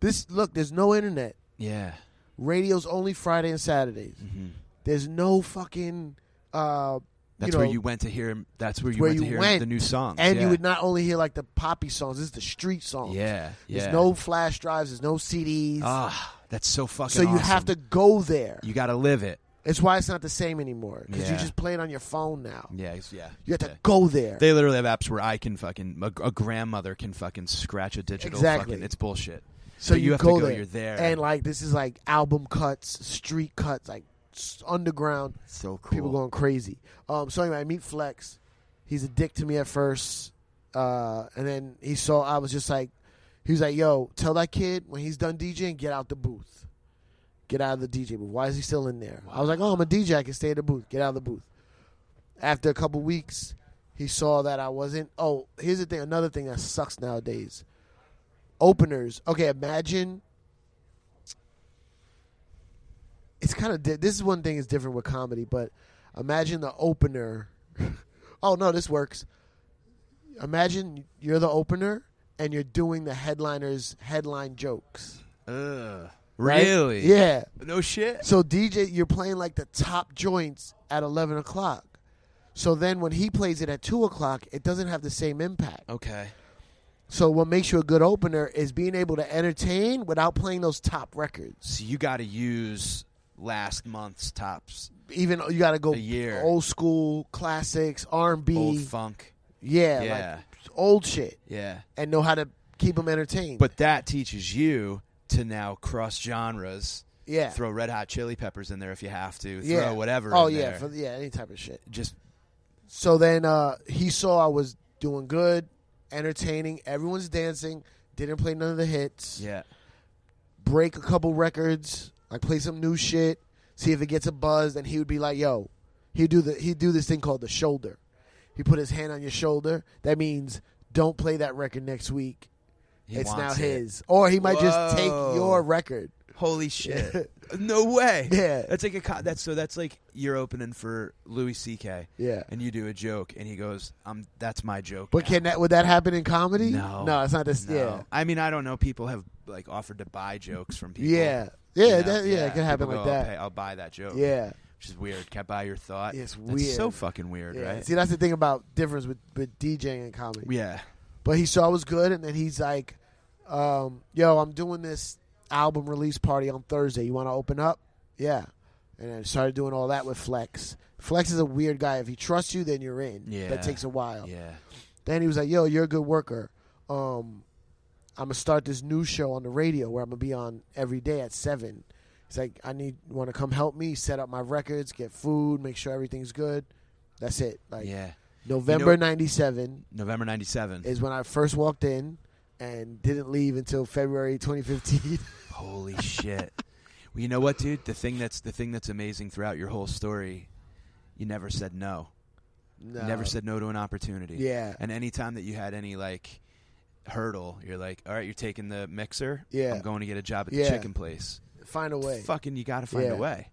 [SPEAKER 2] this look there's no internet
[SPEAKER 1] Yeah.
[SPEAKER 2] radio's only friday and saturdays
[SPEAKER 1] Mhm.
[SPEAKER 2] there's no fucking uh
[SPEAKER 1] That's
[SPEAKER 2] you know,
[SPEAKER 1] where you went to hear. him- That's where you
[SPEAKER 2] where
[SPEAKER 1] went to
[SPEAKER 2] you
[SPEAKER 1] hear
[SPEAKER 2] went,
[SPEAKER 1] the new songs.
[SPEAKER 2] And
[SPEAKER 1] yeah.
[SPEAKER 2] you would not only hear like the poppy songs, this is the street songs.
[SPEAKER 1] Yeah. Yeah.
[SPEAKER 2] There's no flash drives, there's no CDs.
[SPEAKER 1] Ah, that's so fucking.
[SPEAKER 2] so you have
[SPEAKER 1] awesome.
[SPEAKER 2] to go there.
[SPEAKER 1] You got to live it.
[SPEAKER 2] It's why it's not the same anymore because
[SPEAKER 1] Yeah.
[SPEAKER 2] you just play it on your phone now.
[SPEAKER 1] Yeah. it's- Yeah.
[SPEAKER 2] You have to
[SPEAKER 1] Yeah.
[SPEAKER 2] go there.
[SPEAKER 1] They literally have apps where I can fucking a, a grandmother can fucking scratch a digital.
[SPEAKER 2] Exactly.
[SPEAKER 1] Fucking, it's bullshit.
[SPEAKER 2] so
[SPEAKER 1] But
[SPEAKER 2] you,
[SPEAKER 1] you have to
[SPEAKER 2] go
[SPEAKER 1] go,
[SPEAKER 2] there.
[SPEAKER 1] you're there.
[SPEAKER 2] And like this is like album cuts, street cuts, like s- underground.
[SPEAKER 1] So cool.
[SPEAKER 2] people going crazy. Um, so anyway, I meet Flex. He's a dick to me at first, uh, and then he saw I was just like, he was like, "Yo, tell that kid when he's done DJing, get out the booth, get out of the DJ booth. Why is he still in there?" I was like, "Oh, I'm a DJ. I can stay at the booth. Get out of the booth." After a couple weeks, he saw that I wasn't. Oh, here's the thing. Another thing that sucks nowadays. Openers. Okay, imagine it's kind of di- this is one thing that's different with comedy, but imagine the opener. oh no, this works. Imagine you're the opener and you're doing the headliner's headline jokes.
[SPEAKER 1] Ugh.
[SPEAKER 2] right?
[SPEAKER 1] Really?
[SPEAKER 2] Yeah.
[SPEAKER 1] No shit.
[SPEAKER 2] So DJ, you're playing like the top joints at eleven o'clock. So then when he plays it at two o'clock, it doesn't have the same impact.
[SPEAKER 1] Okay.
[SPEAKER 2] So what makes you a good opener is being able to entertain without playing those top records.
[SPEAKER 1] So you got to use last month's tops,
[SPEAKER 2] Even you got to go
[SPEAKER 1] A year.
[SPEAKER 2] old school classics, R and
[SPEAKER 1] old
[SPEAKER 2] B,
[SPEAKER 1] funk.
[SPEAKER 2] yeah,
[SPEAKER 1] Yeah.
[SPEAKER 2] like old shit,
[SPEAKER 1] Yeah.
[SPEAKER 2] and know how to keep them entertained.
[SPEAKER 1] But that teaches you to now cross genres.
[SPEAKER 2] yeah,
[SPEAKER 1] Throw Red Hot Chili Peppers in there if you have to. Throw
[SPEAKER 2] yeah,
[SPEAKER 1] whatever.
[SPEAKER 2] Oh
[SPEAKER 1] in
[SPEAKER 2] yeah,
[SPEAKER 1] there.
[SPEAKER 2] for- yeah, any type of shit.
[SPEAKER 1] Just
[SPEAKER 2] So then uh, he saw I was doing good, entertaining. Everyone's dancing. Didn't play none of the hits.
[SPEAKER 1] Yeah.
[SPEAKER 2] Break a couple records. Like play some new shit. See if it gets a buzz. Then he would be like, "Yo," he'd do the he'd do this thing called the shoulder. He put his hand on your shoulder. That means don't play that record next week. it's now his. Or he might just take
[SPEAKER 1] Whoa.
[SPEAKER 2] your record.
[SPEAKER 1] Holy shit! no way.
[SPEAKER 2] Yeah.
[SPEAKER 1] That's like a co- that's so that's like you're opening for Louis C.K.
[SPEAKER 2] Yeah.
[SPEAKER 1] And you do a joke, and he goes, "Um, that's my joke."
[SPEAKER 2] But
[SPEAKER 1] now."
[SPEAKER 2] can that would that happen in comedy?
[SPEAKER 1] No.
[SPEAKER 2] no, it's not this.
[SPEAKER 1] No.
[SPEAKER 2] Yeah,
[SPEAKER 1] I mean, I don't know. People have like offered to buy jokes from people.
[SPEAKER 2] yeah, yeah,
[SPEAKER 1] You know?
[SPEAKER 2] that, yeah, It can happen
[SPEAKER 1] People
[SPEAKER 2] like
[SPEAKER 1] go, I'll,
[SPEAKER 2] that.
[SPEAKER 1] pay- I'll buy that joke.
[SPEAKER 2] Yeah,
[SPEAKER 1] Which is weird. Can't buy your thought.
[SPEAKER 2] It's
[SPEAKER 1] That's so
[SPEAKER 2] weird.
[SPEAKER 1] fucking weird,
[SPEAKER 2] yeah.
[SPEAKER 1] right?
[SPEAKER 2] See, that's the thing about difference with with DJing and comedy.
[SPEAKER 1] Yeah.
[SPEAKER 2] But he saw I was good, and then he's like, um, "Yo, I'm doing this album release party on Thursday. You want to open up?" Yeah, and I started doing all that with Flex. Flex is a weird guy. If he trusts you, then you're in.
[SPEAKER 1] Yeah.
[SPEAKER 2] that takes a while.
[SPEAKER 1] Yeah.
[SPEAKER 2] Then he was like, "Yo, you're a good worker. Um, I'm gonna start this new show on the radio where I'm gonna be on every day at seven. He's like, "I need want to come help me set up my records, get food, make sure everything's good. That's it. Like
[SPEAKER 1] yeah.
[SPEAKER 2] November '97
[SPEAKER 1] November '97.
[SPEAKER 2] is when I first walked in and didn't leave until February 2015.
[SPEAKER 1] Holy shit. Well, you know what, dude? The thing that's the thing that's amazing throughout your whole story, you never said no.
[SPEAKER 2] no.
[SPEAKER 1] You never said no to an opportunity.
[SPEAKER 2] Yeah.
[SPEAKER 1] And any time that you had any like hurdle, you're like, all right, you're taking the mixer.
[SPEAKER 2] Yeah.
[SPEAKER 1] I'm going to get a job at
[SPEAKER 2] Yeah.
[SPEAKER 1] the chicken place.
[SPEAKER 2] Find a way.
[SPEAKER 1] Fucking, you got to find
[SPEAKER 2] Yeah.
[SPEAKER 1] a way.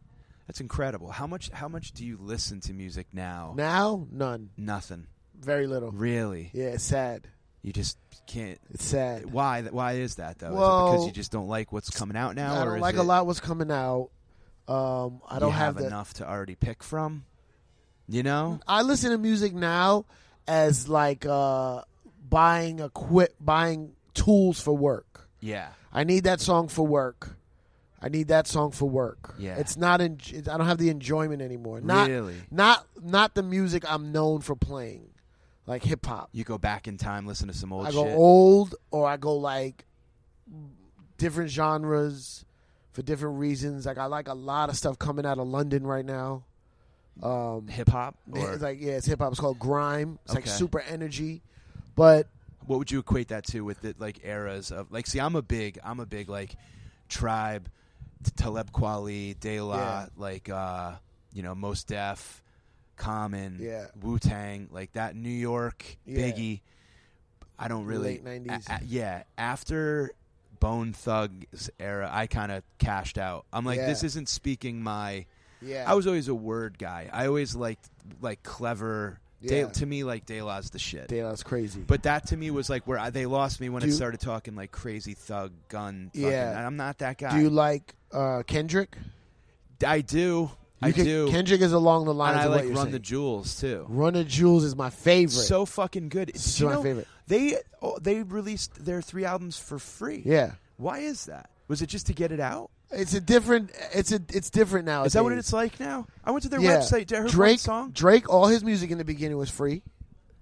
[SPEAKER 1] That's incredible. How much? How much do you listen to music now?
[SPEAKER 2] Now, none.
[SPEAKER 1] Nothing.
[SPEAKER 2] Very little.
[SPEAKER 1] Really.
[SPEAKER 2] Yeah, it's sad.
[SPEAKER 1] You just can't.
[SPEAKER 2] It's sad.
[SPEAKER 1] Why? Why is that though? is it
[SPEAKER 2] Well,
[SPEAKER 1] because you just don't like what's coming out now,
[SPEAKER 2] I
[SPEAKER 1] or
[SPEAKER 2] don't
[SPEAKER 1] is
[SPEAKER 2] like
[SPEAKER 1] it
[SPEAKER 2] a lot what's coming out. Um, I don't
[SPEAKER 1] you have,
[SPEAKER 2] have the.
[SPEAKER 1] enough to already pick from? You know.
[SPEAKER 2] I listen to music now as like uh, buying equip, buying tools for work.
[SPEAKER 1] Yeah.
[SPEAKER 2] I need that song for work. I need that song for work.
[SPEAKER 1] Yeah.
[SPEAKER 2] it's not. En- it- I don't have the enjoyment anymore. Not
[SPEAKER 1] really.
[SPEAKER 2] not not the music I'm known for playing, like hip hop.
[SPEAKER 1] You go back in time, listen to some old
[SPEAKER 2] I go
[SPEAKER 1] shit.
[SPEAKER 2] old or I go like different genres for different reasons. Like I like a lot of stuff coming out of London right now. Um,
[SPEAKER 1] Hip hop. Or
[SPEAKER 2] it's like yeah, it's hip hop. It's called grime. It's like
[SPEAKER 1] Okay.
[SPEAKER 2] super energy, but
[SPEAKER 1] what would you equate that to with it? Like eras of like. See, I'm a big. I'm a big like tribe. T- Taleb Kweli, De La,
[SPEAKER 2] Yeah.
[SPEAKER 1] like uh, you know, Most Def, Common,
[SPEAKER 2] Yeah.
[SPEAKER 1] Wu Tang, like that New York,
[SPEAKER 2] Yeah.
[SPEAKER 1] Biggie. I don't really
[SPEAKER 2] Late 90s.
[SPEAKER 1] a- a- yeah, after Bone Thugs era, I kind of cashed out. I'm like,
[SPEAKER 2] Yeah.
[SPEAKER 1] this isn't speaking my.
[SPEAKER 2] yeah,
[SPEAKER 1] I was always a word guy. I always liked like clever. De-
[SPEAKER 2] Yeah.
[SPEAKER 1] to me, like De La's the shit.
[SPEAKER 2] damn, that's crazy.
[SPEAKER 1] But that to me was like where I, they lost me when
[SPEAKER 2] Do
[SPEAKER 1] it
[SPEAKER 2] you-
[SPEAKER 1] started talking like crazy thug gun. Fucking,
[SPEAKER 2] Yeah.
[SPEAKER 1] and I'm not that guy.
[SPEAKER 2] do you like uh, Kendrick?
[SPEAKER 1] I do.
[SPEAKER 2] You
[SPEAKER 1] I
[SPEAKER 2] can-
[SPEAKER 1] do.
[SPEAKER 2] Kendrick is along the lines
[SPEAKER 1] and I
[SPEAKER 2] of
[SPEAKER 1] like
[SPEAKER 2] what
[SPEAKER 1] Run
[SPEAKER 2] you're
[SPEAKER 1] the
[SPEAKER 2] saying.
[SPEAKER 1] Jewels too.
[SPEAKER 2] Run the Jewels is my favorite.
[SPEAKER 1] So fucking good. Did
[SPEAKER 2] It's
[SPEAKER 1] you
[SPEAKER 2] my
[SPEAKER 1] know
[SPEAKER 2] favorite.
[SPEAKER 1] They oh, they released their three albums for free.
[SPEAKER 2] yeah,
[SPEAKER 1] Why is that? Was it just to get it out?
[SPEAKER 2] it's a different. It's a it's different now.
[SPEAKER 1] Is that what it's like now? I went to their
[SPEAKER 2] Uh, Yeah.
[SPEAKER 1] website. I heard one
[SPEAKER 2] Drake,
[SPEAKER 1] song.
[SPEAKER 2] Drake, all his music in the beginning was free.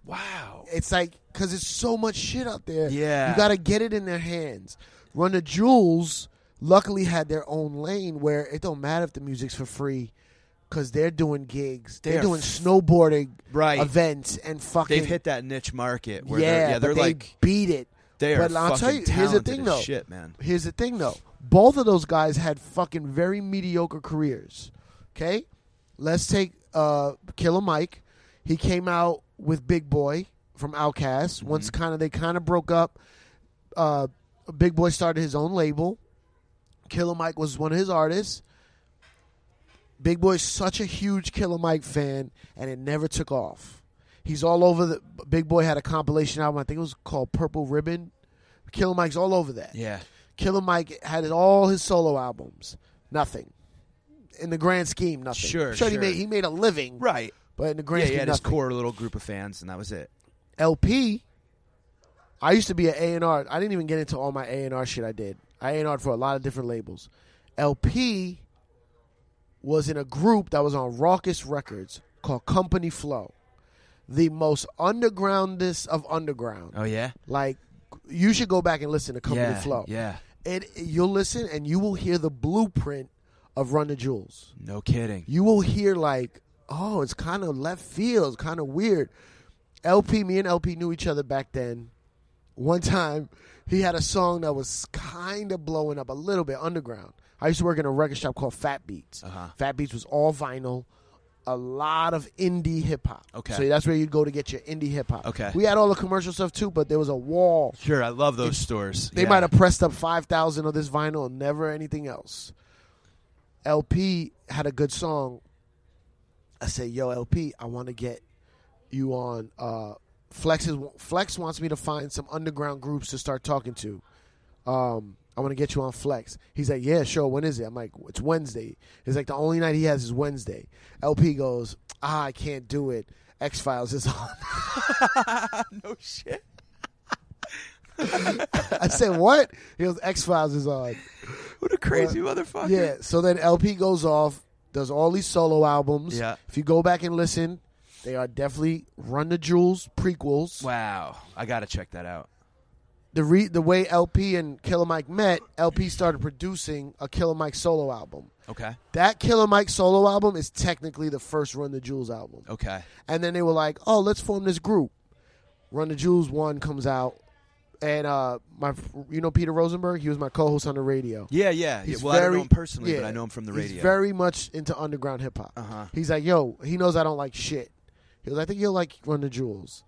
[SPEAKER 1] Wow.
[SPEAKER 2] It's like because it's so much shit out there.
[SPEAKER 1] Yeah.
[SPEAKER 2] you got to get it in their hands. Run the Jewels, luckily had their own lane where it don't matter if the music's for free, because they're doing gigs, they're,
[SPEAKER 1] They're
[SPEAKER 2] doing
[SPEAKER 1] f-
[SPEAKER 2] snowboarding
[SPEAKER 1] Right.
[SPEAKER 2] events and fucking.
[SPEAKER 1] They've hit that niche market where
[SPEAKER 2] yeah,
[SPEAKER 1] they're, yeah,
[SPEAKER 2] but
[SPEAKER 1] they're
[SPEAKER 2] they
[SPEAKER 1] like
[SPEAKER 2] beat it.
[SPEAKER 1] they are
[SPEAKER 2] but I'll tell
[SPEAKER 1] fucking
[SPEAKER 2] you, here's the
[SPEAKER 1] talented
[SPEAKER 2] thing,
[SPEAKER 1] as
[SPEAKER 2] though.
[SPEAKER 1] shit, man.
[SPEAKER 2] Here's the thing though. Both of those guys had fucking very mediocre careers. Okay? Let's take uh Killer Mike. He came out with Big Boy from Outkast. Once kind of they kind of broke up. Uh Big Boy started his own label. Killer Mike was one of his artists. Big Boy's such a huge Killer Mike fan, and it never took off. He's all over the. Big Boy had a compilation album. I think it was called Purple Ribbon. Killer Mike's all over that.
[SPEAKER 1] Yeah.
[SPEAKER 2] Killer Mike had all his solo albums. Nothing. In the grand scheme, nothing.
[SPEAKER 1] Sure,
[SPEAKER 2] He
[SPEAKER 1] sure.
[SPEAKER 2] made he made a living,
[SPEAKER 1] Right.
[SPEAKER 2] but in the
[SPEAKER 1] Yeah,
[SPEAKER 2] grand
[SPEAKER 1] he
[SPEAKER 2] scheme,
[SPEAKER 1] had his
[SPEAKER 2] nothing.
[SPEAKER 1] core little group of fans, and that was it.
[SPEAKER 2] LP. I used to be an A and R. I didn't even get into all my A and R shit. I did. I A and R for a lot of different labels. LP was in a group that was on Raucous Records called Company Flow, the most undergroundest of underground.
[SPEAKER 1] Oh yeah.
[SPEAKER 2] Like you should go back and listen to Company
[SPEAKER 1] yeah.
[SPEAKER 2] Flow.
[SPEAKER 1] Yeah.
[SPEAKER 2] It you'll listen and you will hear the blueprint of Run the Jewels
[SPEAKER 1] No kidding.
[SPEAKER 2] you will hear like, oh, it's kind of left field, kind of weird. LP, me and LP knew each other back then. one time he had a song that was kind of blowing up a little bit underground. I used to work in a record shop called Fat Beats.
[SPEAKER 1] Uh-huh.
[SPEAKER 2] Fat Beats was all vinyl, a lot of indie hip hop.
[SPEAKER 1] Okay.
[SPEAKER 2] so that's where you'd go to get your indie hip hop.
[SPEAKER 1] Okay.
[SPEAKER 2] we had all the commercial stuff too, but there was a wall.
[SPEAKER 1] Sure, I love those stores.
[SPEAKER 2] They
[SPEAKER 1] Yeah.
[SPEAKER 2] might have pressed up five thousand of this vinyl and never anything else. LP had a good song. I said, "Yo, LP, I want to get you on." Uh, Flex is, Flex wants me to find some underground groups to start talking to. Um, I want to get you on Flex. He's like, "Yeah, sure. When is it?" I'm like, "It's Wednesday." He's like, "The only night he has is Wednesday." LP goes, "Ah, I can't do it. X Files is on."
[SPEAKER 1] no shit.
[SPEAKER 2] I said, "What?" He goes, "X Files is on."
[SPEAKER 1] What a crazy motherfucker.
[SPEAKER 2] Yeah. So then LP goes off, does all these solo albums.
[SPEAKER 1] Yeah.
[SPEAKER 2] If you go back and listen, they are definitely Run the Jewels prequels.
[SPEAKER 1] Wow. I gotta check that out.
[SPEAKER 2] The re- the way LP and Killer Mike met, LP started producing a Killer Mike solo album.
[SPEAKER 1] Okay.
[SPEAKER 2] That Killer Mike solo album is technically the first Run the Jewels album.
[SPEAKER 1] Okay.
[SPEAKER 2] And then they were like, "Oh, let's form this group." Run the Jewels one comes out, and uh, my you know Peter Rosenberg, he was my co-host on the radio.
[SPEAKER 1] Yeah, yeah. yeah.
[SPEAKER 2] He's
[SPEAKER 1] Well, I don't
[SPEAKER 2] very-
[SPEAKER 1] know him personally, but
[SPEAKER 2] yeah,
[SPEAKER 1] I know him from the
[SPEAKER 2] He's
[SPEAKER 1] radio.
[SPEAKER 2] very much into underground hip hop.
[SPEAKER 1] Uh-huh.
[SPEAKER 2] He's like, yo, he knows I don't like shit. He was, I think you'll like Run the Jewels.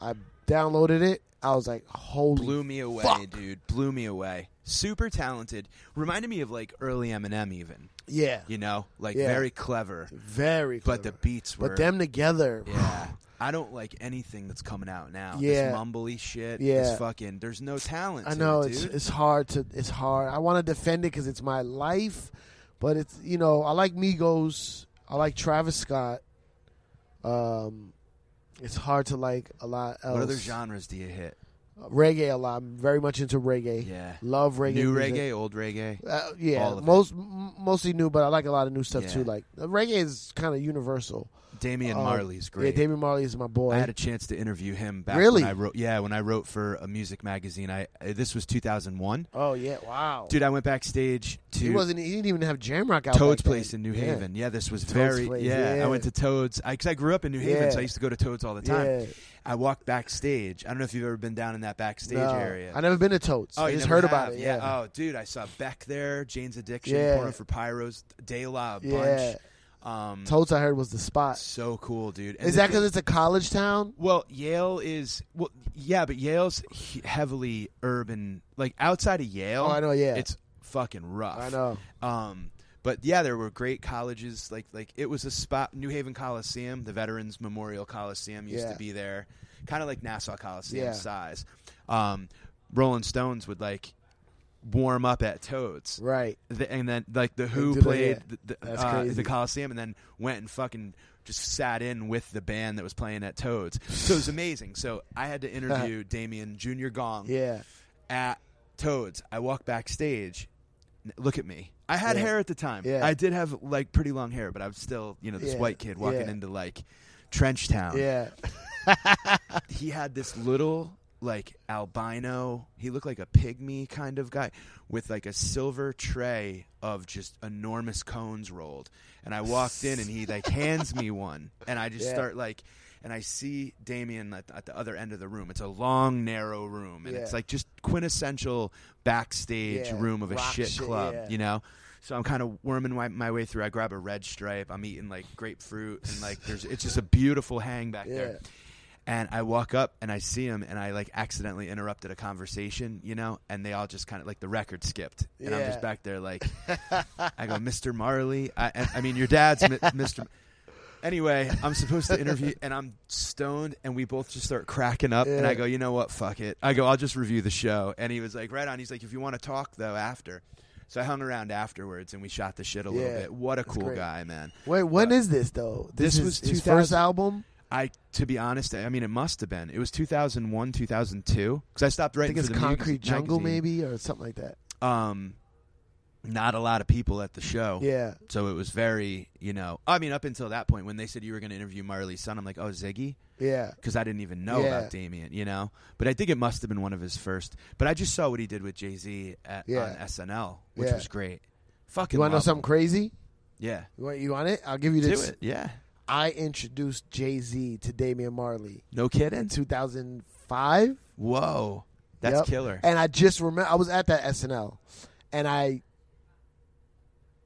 [SPEAKER 2] I downloaded it. I was like, holy.
[SPEAKER 1] Blew me away,
[SPEAKER 2] Fuck.
[SPEAKER 1] dude. Blew me away. Super talented. Reminded me of like early Eminem, even.
[SPEAKER 2] Yeah.
[SPEAKER 1] You know, like
[SPEAKER 2] Yeah.
[SPEAKER 1] very clever,
[SPEAKER 2] Very clever.
[SPEAKER 1] but the beats were.
[SPEAKER 2] But them together.
[SPEAKER 1] Yeah. I don't like anything that's coming out now.
[SPEAKER 2] Yeah.
[SPEAKER 1] This mumbly shit.
[SPEAKER 2] Yeah.
[SPEAKER 1] This fucking. There's no talent.
[SPEAKER 2] I
[SPEAKER 1] to
[SPEAKER 2] know
[SPEAKER 1] it,
[SPEAKER 2] it's
[SPEAKER 1] dude.
[SPEAKER 2] it's hard to it's hard. I want to defend it because it's my life, but it's you know I like Migos, I like Travis Scott. Um, it's hard to like a lot else.
[SPEAKER 1] what other genres do you hit?
[SPEAKER 2] Reggae a lot. I'm very much into reggae.
[SPEAKER 1] Yeah.
[SPEAKER 2] Love reggae.
[SPEAKER 1] New
[SPEAKER 2] music.
[SPEAKER 1] reggae, old reggae.
[SPEAKER 2] Uh, yeah,
[SPEAKER 1] All of it.
[SPEAKER 2] most m- mostly new, but I like a lot of new stuff
[SPEAKER 1] Yeah.
[SPEAKER 2] too. Like uh, reggae is kind of universal.
[SPEAKER 1] Damian
[SPEAKER 2] Um,
[SPEAKER 1] Marley's great.
[SPEAKER 2] Yeah, Damian Marley is my boy.
[SPEAKER 1] I had a chance to interview him back
[SPEAKER 2] Really?
[SPEAKER 1] when I wrote yeah, when I wrote for a music magazine. I uh, this was 2001.
[SPEAKER 2] oh yeah, wow.
[SPEAKER 1] Dude, I went backstage to
[SPEAKER 2] he wasn't. He didn't even have Jam Rock out.
[SPEAKER 1] Toad's
[SPEAKER 2] back then.
[SPEAKER 1] Place in New
[SPEAKER 2] Yeah.
[SPEAKER 1] Haven. Yeah, this was
[SPEAKER 2] Toad's
[SPEAKER 1] very
[SPEAKER 2] Place,
[SPEAKER 1] yeah,
[SPEAKER 2] yeah.
[SPEAKER 1] I went to Toad's I cuz I grew up in New Haven,
[SPEAKER 2] Yeah.
[SPEAKER 1] so I used to go to Toad's all the time.
[SPEAKER 2] Yeah.
[SPEAKER 1] I walked backstage. I don't know if you've ever been down in that backstage
[SPEAKER 2] No,
[SPEAKER 1] area.
[SPEAKER 2] I never been to Toads.
[SPEAKER 1] Oh,
[SPEAKER 2] I
[SPEAKER 1] you
[SPEAKER 2] just
[SPEAKER 1] never
[SPEAKER 2] heard about
[SPEAKER 1] have?
[SPEAKER 2] it. Yeah.
[SPEAKER 1] Oh, dude, I saw Beck there, Jane's Addiction,
[SPEAKER 2] Yeah.
[SPEAKER 1] Porno for Pyros, De La, Oh, a
[SPEAKER 2] Yeah.
[SPEAKER 1] bunch. Um,
[SPEAKER 2] Toads I heard was the spot.
[SPEAKER 1] so cool, dude. And the
[SPEAKER 2] Is that
[SPEAKER 1] thi-
[SPEAKER 2] because it's a college town?
[SPEAKER 1] Well, Yale is well, yeah, but Yale's he- heavily urban. Like outside of Yale,
[SPEAKER 2] Oh, I know, yeah.
[SPEAKER 1] it's fucking rough.
[SPEAKER 2] I know.
[SPEAKER 1] Um, but yeah, there were great colleges. Like like it was a spot. New Haven Coliseum, the Veterans Memorial Coliseum, used
[SPEAKER 2] Yeah.
[SPEAKER 1] to be there, kind of like Nassau Coliseum
[SPEAKER 2] Yeah.
[SPEAKER 1] size. Um, Rolling Stones would like warm up at Toads.
[SPEAKER 2] Right.
[SPEAKER 1] The, and then like the Who
[SPEAKER 2] did it,
[SPEAKER 1] played
[SPEAKER 2] yeah.
[SPEAKER 1] the, the,
[SPEAKER 2] That's
[SPEAKER 1] uh,
[SPEAKER 2] crazy.
[SPEAKER 1] the Coliseum, and then went and fucking just sat in with the band that was playing at Toads. So it was amazing. So I had to interview Damien Junior Gong
[SPEAKER 2] Yeah.
[SPEAKER 1] at Toads. I walk backstage. n- Look at me. I had
[SPEAKER 2] Yeah.
[SPEAKER 1] hair at the time.
[SPEAKER 2] Yeah.
[SPEAKER 1] I did have like pretty long hair, but I was still you know this
[SPEAKER 2] Yeah.
[SPEAKER 1] white kid walking
[SPEAKER 2] Yeah.
[SPEAKER 1] into like Trench Town.
[SPEAKER 2] Yeah.
[SPEAKER 1] He had this little like albino he looked like a pygmy kind of guy with like a silver tray of just enormous cones rolled and i walked in and he like hands me one and i just
[SPEAKER 2] Yeah.
[SPEAKER 1] start like and i see damien at, at the other end of the room it's a long narrow room and it's
[SPEAKER 2] Yeah.
[SPEAKER 1] like just quintessential backstage
[SPEAKER 2] Yeah,
[SPEAKER 1] room of a
[SPEAKER 2] rock
[SPEAKER 1] shit
[SPEAKER 2] shit,
[SPEAKER 1] club
[SPEAKER 2] yeah.
[SPEAKER 1] you know so i'm kind of worming my, my way through i grab a red stripe i'm eating like grapefruit and like there's it's just a beautiful hang back there
[SPEAKER 2] Yeah.
[SPEAKER 1] and I walk up and I see him and I like accidentally interrupted a conversation, you know, and they all just kind of like the record skipped. And I'm
[SPEAKER 2] Yeah.
[SPEAKER 1] just back there like, I go, Mr. Marley. I, and- I mean, your dad's mi- Mr. Anyway, I'm supposed to interview and I'm stoned and we both just start cracking up. And
[SPEAKER 2] Yeah.
[SPEAKER 1] I go, you know what? Fuck it. I go, I'll just review the show. And he was like, right on. He's like, if you want to talk though, after. So I hung around afterwards and we shot the shit a little
[SPEAKER 2] Yeah.
[SPEAKER 1] bit. What a
[SPEAKER 2] That's
[SPEAKER 1] cool
[SPEAKER 2] great.
[SPEAKER 1] guy, man.
[SPEAKER 2] Wait, when is this though? This,
[SPEAKER 1] this
[SPEAKER 2] is
[SPEAKER 1] was
[SPEAKER 2] his
[SPEAKER 1] 2000
[SPEAKER 2] first album.
[SPEAKER 1] I, to be honest, I mean, it must have been. It was 2001, 2002, because I stopped
[SPEAKER 2] I
[SPEAKER 1] writing
[SPEAKER 2] think it's
[SPEAKER 1] for the mag-
[SPEAKER 2] Concrete Jungle,
[SPEAKER 1] magazine.
[SPEAKER 2] maybe, or something like that.
[SPEAKER 1] Um, not a lot of people at the show.
[SPEAKER 2] Yeah.
[SPEAKER 1] So it was very, you know, I mean, up until that point, when they said you were going to interview Marley's son, I'm like, oh, Ziggy?
[SPEAKER 2] Yeah.
[SPEAKER 1] Because I didn't even know
[SPEAKER 2] Yeah.
[SPEAKER 1] about Damien, you know? But I think it must have been one of his first. But I just saw what he did with Jay Z on
[SPEAKER 2] Yeah.
[SPEAKER 1] SNL, which
[SPEAKER 2] Yeah.
[SPEAKER 1] was great. Fucking
[SPEAKER 2] You want to know
[SPEAKER 1] love
[SPEAKER 2] something
[SPEAKER 1] him.
[SPEAKER 2] crazy?
[SPEAKER 1] Yeah.
[SPEAKER 2] You want, you want it? I'll give you
[SPEAKER 1] Do
[SPEAKER 2] this.
[SPEAKER 1] it. Yeah.
[SPEAKER 2] I introduced Jay Z to Damian Marley
[SPEAKER 1] No
[SPEAKER 2] in
[SPEAKER 1] kidding.
[SPEAKER 2] 2005.
[SPEAKER 1] Whoa. That's
[SPEAKER 2] Yep.
[SPEAKER 1] killer.
[SPEAKER 2] And I just remember I was at that SNL, and I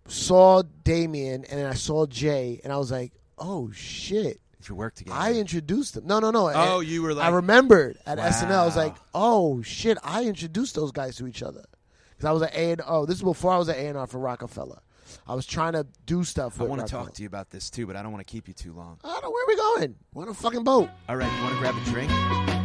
[SPEAKER 2] saw Damien, and then I saw Jay, and I was like, "Oh shit!"
[SPEAKER 1] If you work together.
[SPEAKER 2] I introduced them. No, no, no.
[SPEAKER 1] oh,
[SPEAKER 2] I,
[SPEAKER 1] you were like
[SPEAKER 2] I remembered at
[SPEAKER 1] Wow.
[SPEAKER 2] SNL. I was like, "Oh shit!" I introduced those guys to each other because I was at A and oh, this is before I was at A and R for Rockefeller. I was trying to do stuff.
[SPEAKER 1] I
[SPEAKER 2] With
[SPEAKER 1] want to
[SPEAKER 2] Rockefeller.
[SPEAKER 1] talk to you about this too, but I don't want to keep you too long.
[SPEAKER 2] I don't know where we going. We're on a fucking boat.
[SPEAKER 1] All right, you want to grab a drink?